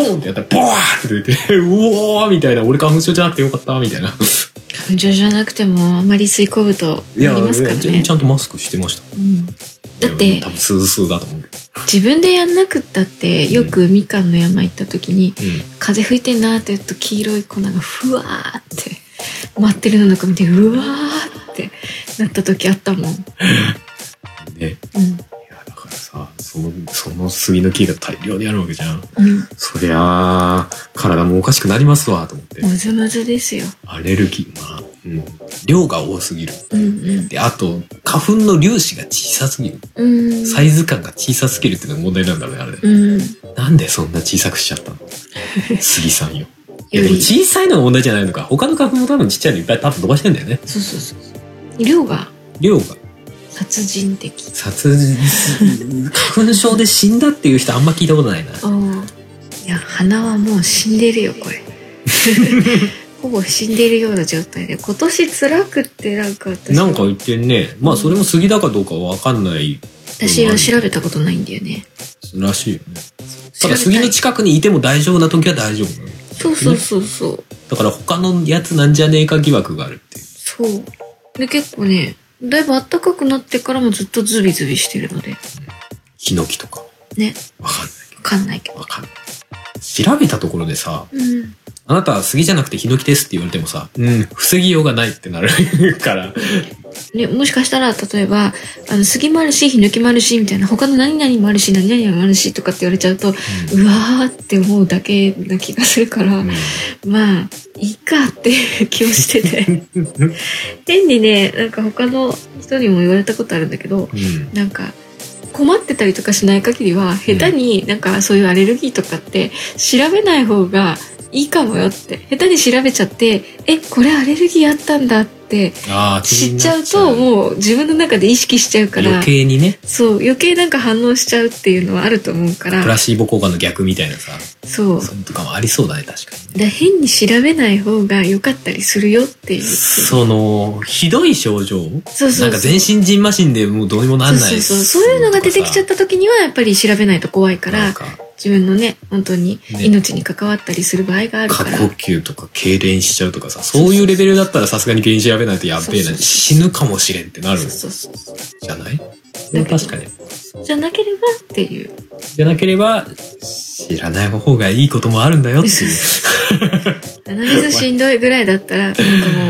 Speaker 1: ボンってやったら、ボワーって出て、うおーみたいな、俺花粉症じゃなくてよかった、みたいな。
Speaker 2: 花粉症じゃなくても、あんまり吸い込むと、
Speaker 1: いや、
Speaker 2: なりますから
Speaker 1: ちゃん
Speaker 2: ね
Speaker 1: ち。ゃんとマスクしてました。
Speaker 2: うんだって
Speaker 1: 多、分数数だと思うけど。
Speaker 2: 自分でやんなくったって、よくみかんの山行った時に、風吹いてんなーって言うと黄色い粉がふわーって舞ってるのなんか見てうわーってなった時あったもん、うん、
Speaker 1: うん。で、いや、だからさ、その、その杉の木が大量にあるわけじゃん。
Speaker 2: うん
Speaker 1: そりゃあ、体もおかしくなりますわ、と思って。
Speaker 2: むずむずですよ
Speaker 1: アレルギー、まあ、うん。量が多すぎる。
Speaker 2: うんうん
Speaker 1: で、あと、花粉の粒子が小さすぎる。
Speaker 2: うん
Speaker 1: サイズ感が小さすぎるっていうのが問題なんだろうね、あれ。
Speaker 2: うん
Speaker 1: なんでそんな小さくしちゃ ったの杉さんよ。いや、で
Speaker 2: よ
Speaker 1: も
Speaker 2: りそう
Speaker 1: 小さいのが問題じゃないのか。他の花粉も多分ちっちゃいのいっぱい多分飛ばしてんだよね。
Speaker 2: そうそう量が
Speaker 1: 量が。
Speaker 2: 殺人的
Speaker 1: 殺人花粉症で死んだっていう人あんま聞いたことないな
Speaker 2: ああいや鼻はもう死んでるよこ れほぼ死んでるような状態で今年辛くってなんか私
Speaker 1: なんか言ってんねまあそれも杉だかどうかわかんない
Speaker 2: 私は調べたことないんだよね
Speaker 1: らしいよねた
Speaker 2: 調べ
Speaker 1: だ杉
Speaker 2: い
Speaker 1: の近くにいても大丈夫な時は大丈夫なの
Speaker 2: そうそうそうそう
Speaker 1: だから他のやつなんじゃねえか疑惑があるっていう
Speaker 2: そう。で、結構ね、だいぶ暖かくなってからもずっとズビズビしてるので。
Speaker 1: ヒノキとか。
Speaker 2: ね。
Speaker 1: わかんな
Speaker 2: わかんないけ
Speaker 1: い。わかんない。調べたところでさ、
Speaker 2: ど。うん。
Speaker 1: あなたは杉じゃなくてヒノキですって言われてもさ、うん、防ぎようがないってなるから。
Speaker 2: ね、もしかしたら、例えば、あの、杉もあるし、ヒノキもあるし、みたいな、他の何々もあるし、何々もあるし、とかって言われちゃうと、うわーって思うだけな気がするから、
Speaker 1: うん
Speaker 2: まあ、いいかっていう気をしてて。変にね、なんか他の人にも言われたことあるんだけど、
Speaker 1: うん
Speaker 2: なんか、困ってたりとかしない限りは、下手になんかそういうアレルギーとかって、調べない方がいいかもよって。下手に調べちゃって、え、これアレルギーあったんだって、
Speaker 1: ああ、
Speaker 2: 知っちゃうと
Speaker 1: う
Speaker 2: もう自分の中で意識しちゃうから
Speaker 1: 余計にね、
Speaker 2: そう余計なんか反応しちゃうっていうのはあると思うか
Speaker 1: プ
Speaker 2: ら
Speaker 1: ラシーボ効果の逆みたいなさ、
Speaker 2: そう
Speaker 1: そういうのとかもありそうだね、確かにね。
Speaker 2: だ変に調べない方が良かったりするよっていう
Speaker 1: その、ひどい症状
Speaker 2: そうそう
Speaker 1: なんか全身じんましんでもうどうにもなんない
Speaker 2: そうそうそうそういうのが出てきちゃった時にはやっぱり調べないと怖いか
Speaker 1: な
Speaker 2: ら
Speaker 1: んか
Speaker 2: 自分のね本当に
Speaker 1: ね
Speaker 2: 命に関わったりする場合がある
Speaker 1: 過
Speaker 2: から、
Speaker 1: 呼吸とか痙攣しちゃうとかさ、そういうレベルだったらさすがに原因調べないとやべえ
Speaker 2: そうそう
Speaker 1: な、死ぬかもしれんってなるん
Speaker 2: そう
Speaker 1: じ
Speaker 2: そうそう
Speaker 1: ゃない
Speaker 2: ど
Speaker 1: 確かに。
Speaker 2: じゃなければっていう
Speaker 1: じゃなければ、知らない方がいいこともあるんだ よっていう。
Speaker 2: 鼻水しんどいぐらいだったらなんか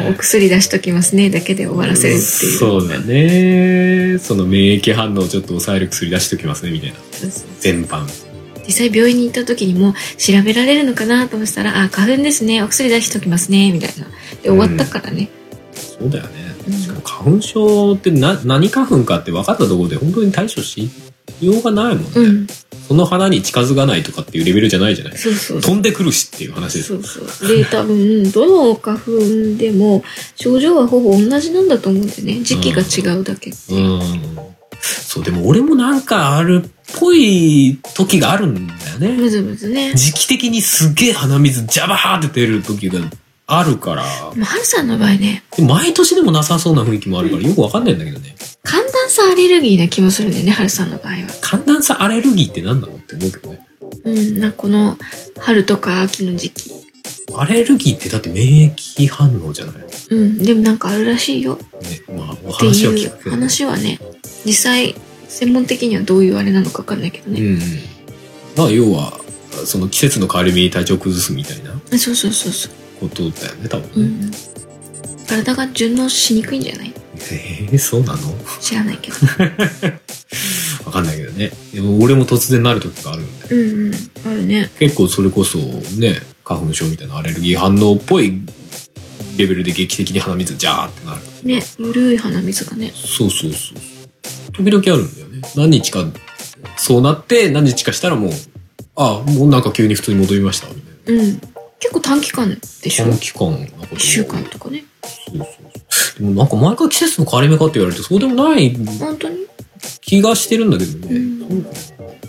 Speaker 2: もうお薬出しときますねだけで終わらせるっていう
Speaker 1: そうだね。その免疫反応をちょっと抑える薬出しておきますね、みたいな。
Speaker 2: そうそう
Speaker 1: 全般。
Speaker 2: 実際病院に行った時にも調べられるのかなと思ってたら「あ花粉ですねお薬出しときますね」みたいなで終わったからね、
Speaker 1: そうだよね
Speaker 2: うん。
Speaker 1: しかも花粉症ってな何花粉かって分かったところで本当に対処しようがないもんね。
Speaker 2: うん
Speaker 1: その花に近づかないとかっていうレベルじゃないじゃない
Speaker 2: そうそうそう
Speaker 1: 飛んでくるしっていう話です
Speaker 2: そ
Speaker 1: よ。
Speaker 2: うそうで多分どの花粉でも症状はほぼ同じなんだと思うんでね時期が違うだけ、
Speaker 1: うん。そう、でも俺もなんかあるっぽい時があるんだよね。
Speaker 2: むずむずね
Speaker 1: 時期的にすげえ鼻水ジャバーって出る時があるから。
Speaker 2: でもハルさんの場合ね
Speaker 1: でも毎年でもなさそうな雰囲気もあるからよくわかんないんだけどね。
Speaker 2: 寒暖差アレルギーな気もするんだよねハルさんの場合は
Speaker 1: 寒暖差アレルギーって何なのって思うけどね。
Speaker 2: うんなんかこの春とか秋の時期
Speaker 1: アレルギーってだって免疫反応じゃない
Speaker 2: うんでもなんかあるらしいよ
Speaker 1: ね、まあ、お
Speaker 2: って
Speaker 1: 話は聞
Speaker 2: い
Speaker 1: くけ
Speaker 2: う
Speaker 1: ど。
Speaker 2: 話はね実際専門的にはどういうあれなのか分かんないけど
Speaker 1: うん
Speaker 2: ね、
Speaker 1: うん。まあ、要は、その季節の変わり目に体調崩すみたいな
Speaker 2: そうそうそうそう、
Speaker 1: ことだよね、多
Speaker 2: う
Speaker 1: 分ね。
Speaker 2: ん、体が順応しにくいんじゃない
Speaker 1: えー、そうなの
Speaker 2: 知らな いけど
Speaker 1: わかんないけどね。でも俺も突然なる時があるんで。
Speaker 2: うんうんあるね
Speaker 1: 結構それこそ、ね、花粉症みたいなアレルギー反応っぽいレベルで劇的に鼻水ジャーってなる。
Speaker 2: ねゆるい鼻水がね
Speaker 1: そうそうそう。時々あるんだよね。何日か、そうなって、何日かしたらもう、ああ、もうなんか急に普通に戻りました、みたいな。
Speaker 2: うん結構短期間でしょ
Speaker 1: 短期間なんかこう
Speaker 2: 1週間とかね
Speaker 1: そうそうそうでもなんか毎回季節の変わり目かって言われるとそうでもない
Speaker 2: 本当に
Speaker 1: 気がしてるんだけどね。
Speaker 2: うん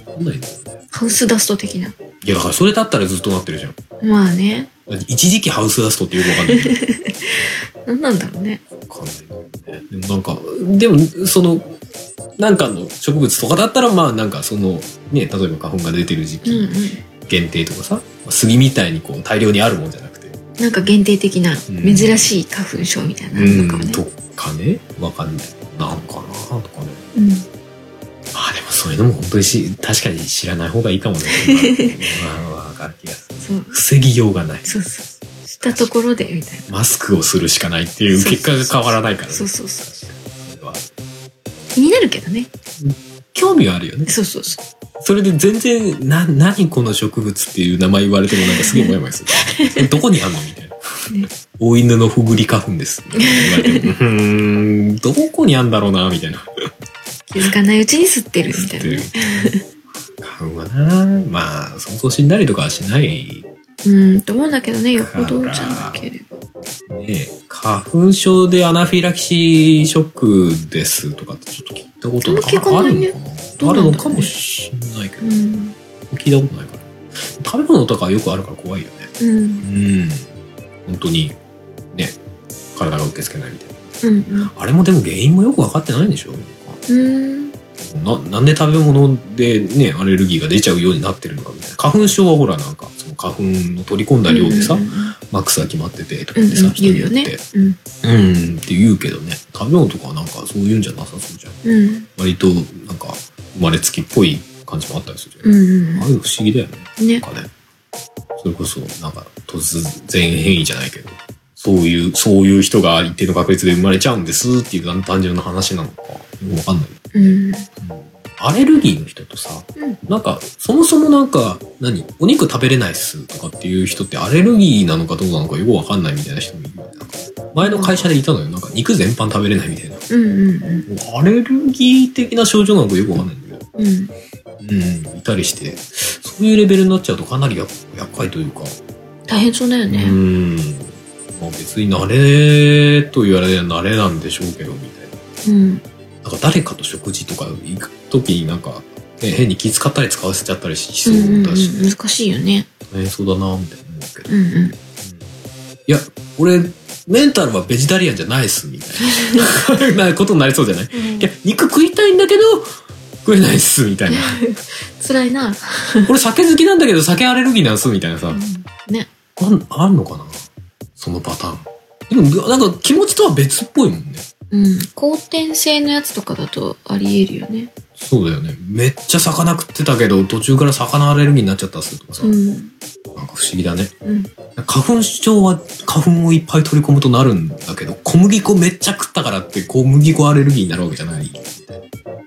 Speaker 1: わかんないんだよね。
Speaker 2: ハウスダスト的ない
Speaker 1: やだからそれだったらずっとなってるじゃん。
Speaker 2: まあね
Speaker 1: 一時期ハウスダストってよくわかんないけど。
Speaker 2: 何なんだろうね
Speaker 1: わかんないんだよね。でもなんか、でもその、なんかの植物とかだったらまあなんかその、ね、例えば花粉が出てる時
Speaker 2: うんう
Speaker 1: 期
Speaker 2: ん
Speaker 1: 限定とかさ、杉みたいにこう大量にあるもんじゃなくて。
Speaker 2: なんか限定的な
Speaker 1: うん
Speaker 2: 珍しい花粉症みたいな
Speaker 1: う
Speaker 2: の
Speaker 1: ん
Speaker 2: かもね
Speaker 1: とかね、わかんない。なんかなとかね。
Speaker 2: うん
Speaker 1: まあでもそういうのも本当にし確かに知らない方がいいか もね。まあわかる気がする。
Speaker 2: そう
Speaker 1: 防ぎようがない。
Speaker 2: そうそうしたところでみたいな
Speaker 1: マスクをするしかないっていう結果が変わらないからね。
Speaker 2: そうそうそう
Speaker 1: それは
Speaker 2: 気になるけどね
Speaker 1: 興味はあるよね。
Speaker 2: そうそうそう
Speaker 1: それで全然、な、何この植物っていう名前言われてもなんかすげえモヤモヤす る。どこにあんのみたいな
Speaker 2: ね。
Speaker 1: 大犬のふぐり花粉です。みたいな言われてもうーん、どこにあんだろうな、みたいな。
Speaker 2: 気づかないうちに吸ってるみたいなね
Speaker 1: 花粉はな、まあ、想像死んだりとかはしない
Speaker 2: うんと思うんだけどねよっぽどじゃなければ
Speaker 1: ねえ、花粉症でアナフィラキシーショックですとかってちょっと聞いたことなんかあ
Speaker 2: あんま
Speaker 1: る
Speaker 2: 聞
Speaker 1: の
Speaker 2: か
Speaker 1: かな
Speaker 2: どう
Speaker 1: あ
Speaker 2: なんだろうね
Speaker 1: るのかもしんないけ
Speaker 2: う
Speaker 1: ど、
Speaker 2: ん
Speaker 1: 聞いたことないから。食べ物とかよくあるから怖いよね。
Speaker 2: うん
Speaker 1: う、ん。本当に、ね、体が受け付けないみたいな。
Speaker 2: うん
Speaker 1: あれもでも原因もよく分かってないんでしょ
Speaker 2: うんうん
Speaker 1: ななんで食べ物でね、アレルギーが出ちゃうようになってるのかみたいな。花粉症はほらなんか、その花粉の取り込んだ量でさ、
Speaker 2: うんうん
Speaker 1: マックスが決まっててとか
Speaker 2: う
Speaker 1: っ
Speaker 2: ん
Speaker 1: てさ、
Speaker 2: 言うよ
Speaker 1: 人によっ
Speaker 2: ね
Speaker 1: て
Speaker 2: う
Speaker 1: う
Speaker 2: ん
Speaker 1: んって言うけどね食べ物とかはなんかそういうんじゃなさそうじゃん。
Speaker 2: うん
Speaker 1: 割と、なんか、生まれつきっぽい感じもあったりするじゃん。
Speaker 2: うん
Speaker 1: ああいうの不思議だよね。
Speaker 2: うんね
Speaker 1: なんかね。それこそ、なんか、突然変異じゃないけど、そういう、そういう人が一定の確率で生まれちゃうんですっていう単純な話なのか、よくわかんない。
Speaker 2: うん
Speaker 1: アレルギーの人とさ、
Speaker 2: うん
Speaker 1: なんか、そもそもなんか、何お肉食べれないっすとかっていう人ってアレルギーなのかどうなのかよくわかんないみたいな人もいるよね。なんか前の会社でいたのよ。なんか肉全般食べれないみたいな。
Speaker 2: うんうん
Speaker 1: もうアレルギー的な症状なのかよくわかんないんだけど。
Speaker 2: うん
Speaker 1: うん、いたりして、そういうレベルになっちゃうとかなりや厄介というか、
Speaker 2: 大変そうだよ
Speaker 1: う
Speaker 2: ね
Speaker 1: ん、まあ別に慣れと言われれば慣れなんでしょうけど、みたいな。
Speaker 2: うん
Speaker 1: なんか誰かと食事とか行くときになんか、ね、変に気使ったり使わせちゃったりしそうだし、
Speaker 2: うんうんうん難しいよね
Speaker 1: 大変そうだな、みたいな思うけど。
Speaker 2: うんうん
Speaker 1: いや、俺、メンタルはベジタリアンじゃないっす、みた いななことになりそうじゃないいや、肉食いたいんだけど、食えないっす、みたいな。
Speaker 2: 辛いな
Speaker 1: 俺酒好きなんだけど酒アレルギーなんす、みたいなさ。
Speaker 2: うんね
Speaker 1: あん、あんのかなそのパターン。でも、なんか気持ちとは別っぽいもんね。
Speaker 2: うん後天性のやつとかだとありえるよね
Speaker 1: そうだよね。めっちゃ魚食ってたけど、途中から魚アレルギーになっちゃったっすとかさ、
Speaker 2: うん
Speaker 1: なんか不思議だね。
Speaker 2: うん
Speaker 1: 花粉症は花粉をいっぱい取り込むとなるんだけど、小麦粉めっちゃ食ったからって小麦粉アレルギーになるわけじゃない。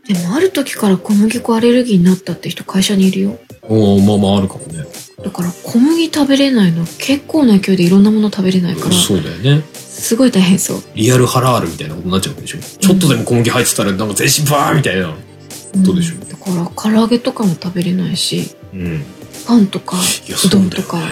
Speaker 2: でもある時から小麦粉アレルギーになったって人会社にいるよ
Speaker 1: おおまあまああるかもね。
Speaker 2: だから小麦食べれないの結構な勢いでいろんなもの食べれないから
Speaker 1: そうだよね。
Speaker 2: すごい大変そう
Speaker 1: リアルハラールみたいなことになっちゃうわけでしょ。ちょっとでも小麦入ってたらなんか全身バーンみたいな。どうでしょうん
Speaker 2: だから唐揚げとかも食べれないし
Speaker 1: うん。い
Speaker 2: パンとか
Speaker 1: や、
Speaker 2: う
Speaker 1: そ
Speaker 2: ど
Speaker 1: うんだ
Speaker 2: と
Speaker 1: よ
Speaker 2: か
Speaker 1: ね。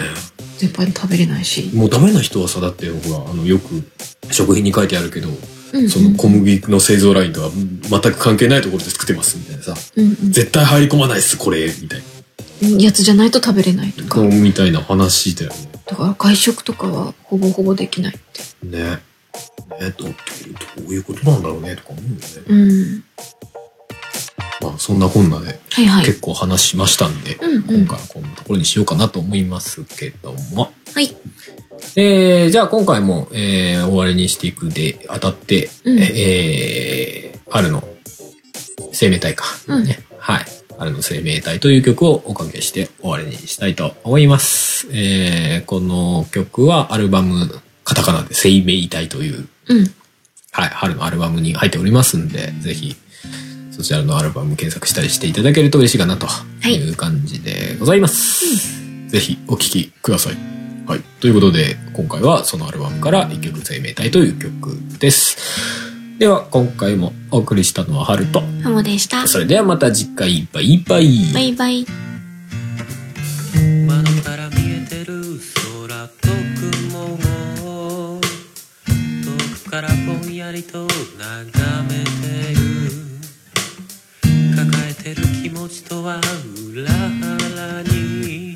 Speaker 2: 全般食べれないし、
Speaker 1: もうダメな人はさ、だってほら、あの、よく食品に書いてあるけど、
Speaker 2: うんうん、
Speaker 1: その小麦の製造ラインとは全く関係ないところで作ってますみたいなさ。
Speaker 2: うんうん
Speaker 1: 絶対入り込まないっす、これ、みたい
Speaker 2: やつじゃないと食べれないとか、
Speaker 1: な。みたいな話だよね。
Speaker 2: だから外食とかはほぼほぼできないって
Speaker 1: ね。えっと、どういうことなんだろうねとか思うよね。
Speaker 2: うん
Speaker 1: まあ、そんなこんなで
Speaker 2: はいはい
Speaker 1: 結構話しましたんで、
Speaker 2: うんうん
Speaker 1: 今回はこんなところにしようかなと思いますけども。
Speaker 2: はい
Speaker 1: えー、じゃあ今回も、えー、終わりにしていくで、当たって、
Speaker 2: うん
Speaker 1: えー、春の生命体か。
Speaker 2: うん
Speaker 1: ね。はい。春の生命体という曲をおかけして終わりにしたいと思います。えー、この曲はアルバム、カタカナで生命体という
Speaker 2: うん
Speaker 1: はい、春のアルバムに入っておりますんで、ぜひ、そちらのアルバム検索したりしていただけると嬉しいかなと
Speaker 2: い
Speaker 1: いう感じでございます。ぜひお聴きください。はい。ということで、今回はそのアルバムから一曲生命体という曲です。では、今回もお送りしたのは春と、
Speaker 2: ハモでした
Speaker 1: それではまた次回、バイバイ。
Speaker 2: バイバイ
Speaker 3: 窓から見えてる空と雲を遠くからぼんやりと眺めてる抱えてる気持ちとは裏腹に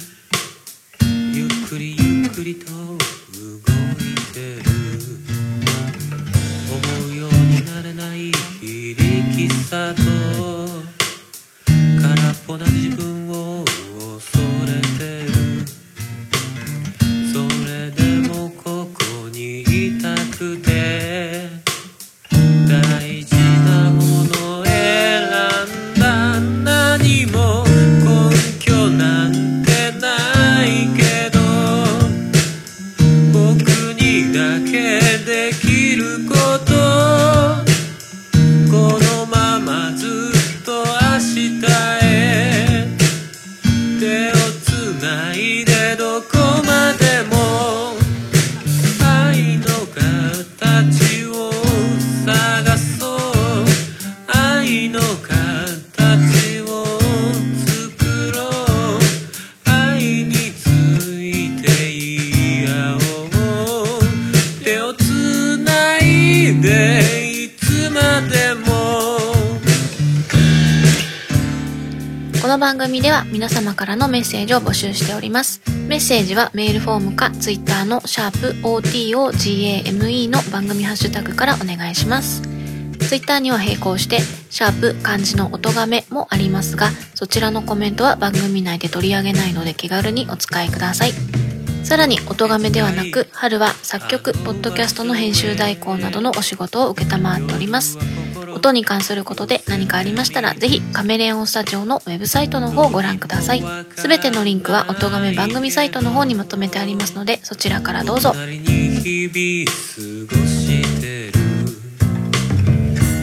Speaker 3: ゆっくりゆっくりと動いてる思うようになれない非力さと空っぽな自分を恐れてるそれでもここにいたくて大事なものを選んだ何も根拠なんてないけど僕にだけできることこのままずっと明日へ手をつないでどこまでも愛の形を探そう愛の形を作ろう愛について言い合おう手をつないでいつまでも
Speaker 4: この番組では皆様からのメッセージを募集しております。メッセージはメールフォームか Twitter のシャープ o t o g a m e の番組ハッシュタグからお願いします。Twitter には並行して、シャープ漢字の音がめもありますが、そちらのコメントは番組内で取り上げないので気軽にお使いください。さらに、音がめではなく、春は作曲、ポッドキャストの編集代行などのお仕事を承っております。音に関することで何かありましたら、ぜひカメレオンスタジオのウェブサイトの方をご覧ください。すべてのリンクは音亀番組サイトの方にまとめてありますので、そちらからどうぞ。
Speaker 3: 隣に日々過ごしてる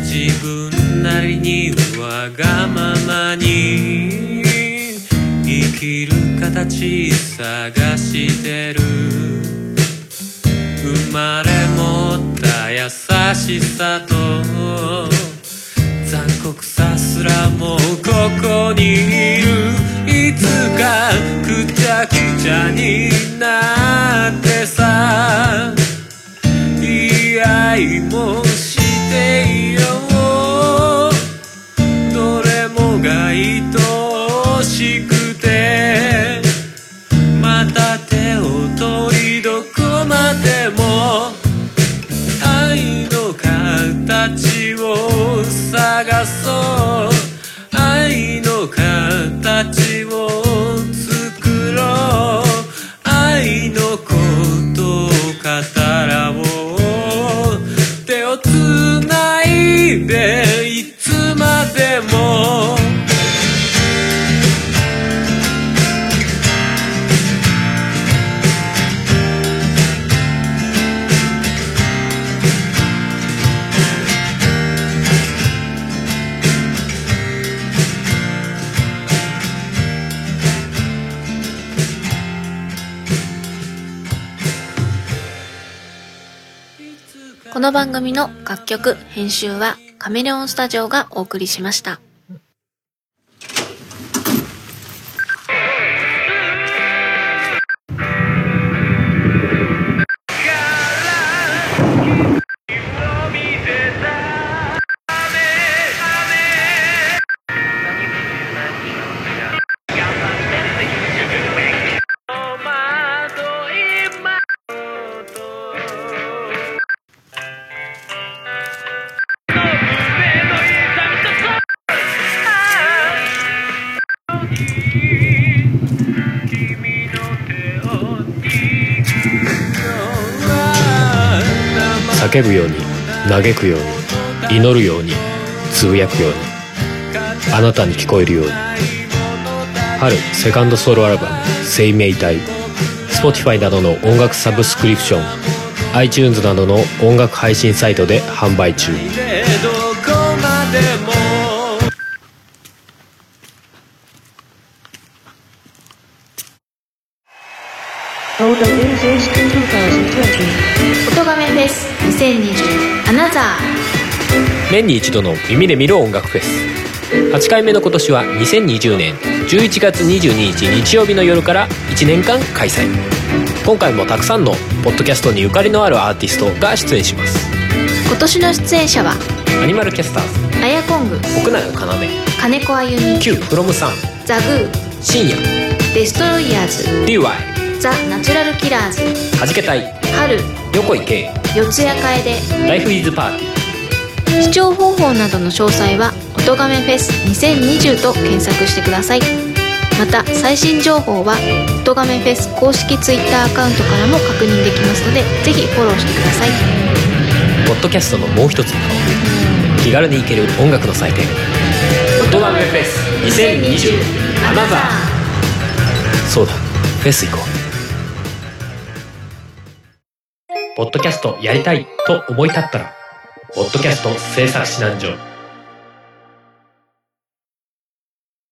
Speaker 3: 自分なりにわがままに生きる形探してる生まれ持った優しさと残酷さすらもうここにいるいつかくちゃくちゃになってさ言い合いもしていようどれもが愛おしくてまた手を取りどこまでも愛の形を探そう愛の形を作ろう愛のことを語らおう手をつないでいつまでも
Speaker 4: この番組の楽曲、編集はカメレオンスタジオがお送りしました。
Speaker 5: 叫ぶように嘆くように祈るようにつぶやくようにあなたに聞こえるように春セカンドソロアルバム「生命体」Spotify などの音楽サブスクリプション iTunes などの音楽配信サイトで販売中
Speaker 3: でどこまでも
Speaker 4: 音亀フェス2020アナザー。
Speaker 5: 年に一度の耳で見る音楽フェス8回目の今年は2020年11月22日日曜日の夜から1年間開催今回もたくさんのポッドキャストにゆかりのあるアーティストが出演します
Speaker 4: 今年の出演者は
Speaker 5: アニマルキャスターズ
Speaker 4: アヤコング
Speaker 5: 奥永要
Speaker 4: 金子あゆみ
Speaker 5: Q フロムさん
Speaker 4: ザグ
Speaker 5: 深夜
Speaker 4: ーデストロイヤー
Speaker 5: DY は
Speaker 4: ズザ・ナチュラルキラーズ
Speaker 5: じけたい
Speaker 4: 春
Speaker 5: 横井圭
Speaker 4: 四谷楓
Speaker 5: ライフイズパーティ
Speaker 4: 視聴方法などの詳細は「音亀フェス2020」と検索してくださいまた最新情報は「音亀フェス」公式 Twitter アカウントからも確認できますのでぜひフォローしてください
Speaker 5: ーポッドキャストのもう一つの顔気軽に行ける音楽の祭典「音メフェス2020アナザー」そうだフェス行こうポッドキャストやりたいと思い立ったら「ポッドキャスト制作指南所」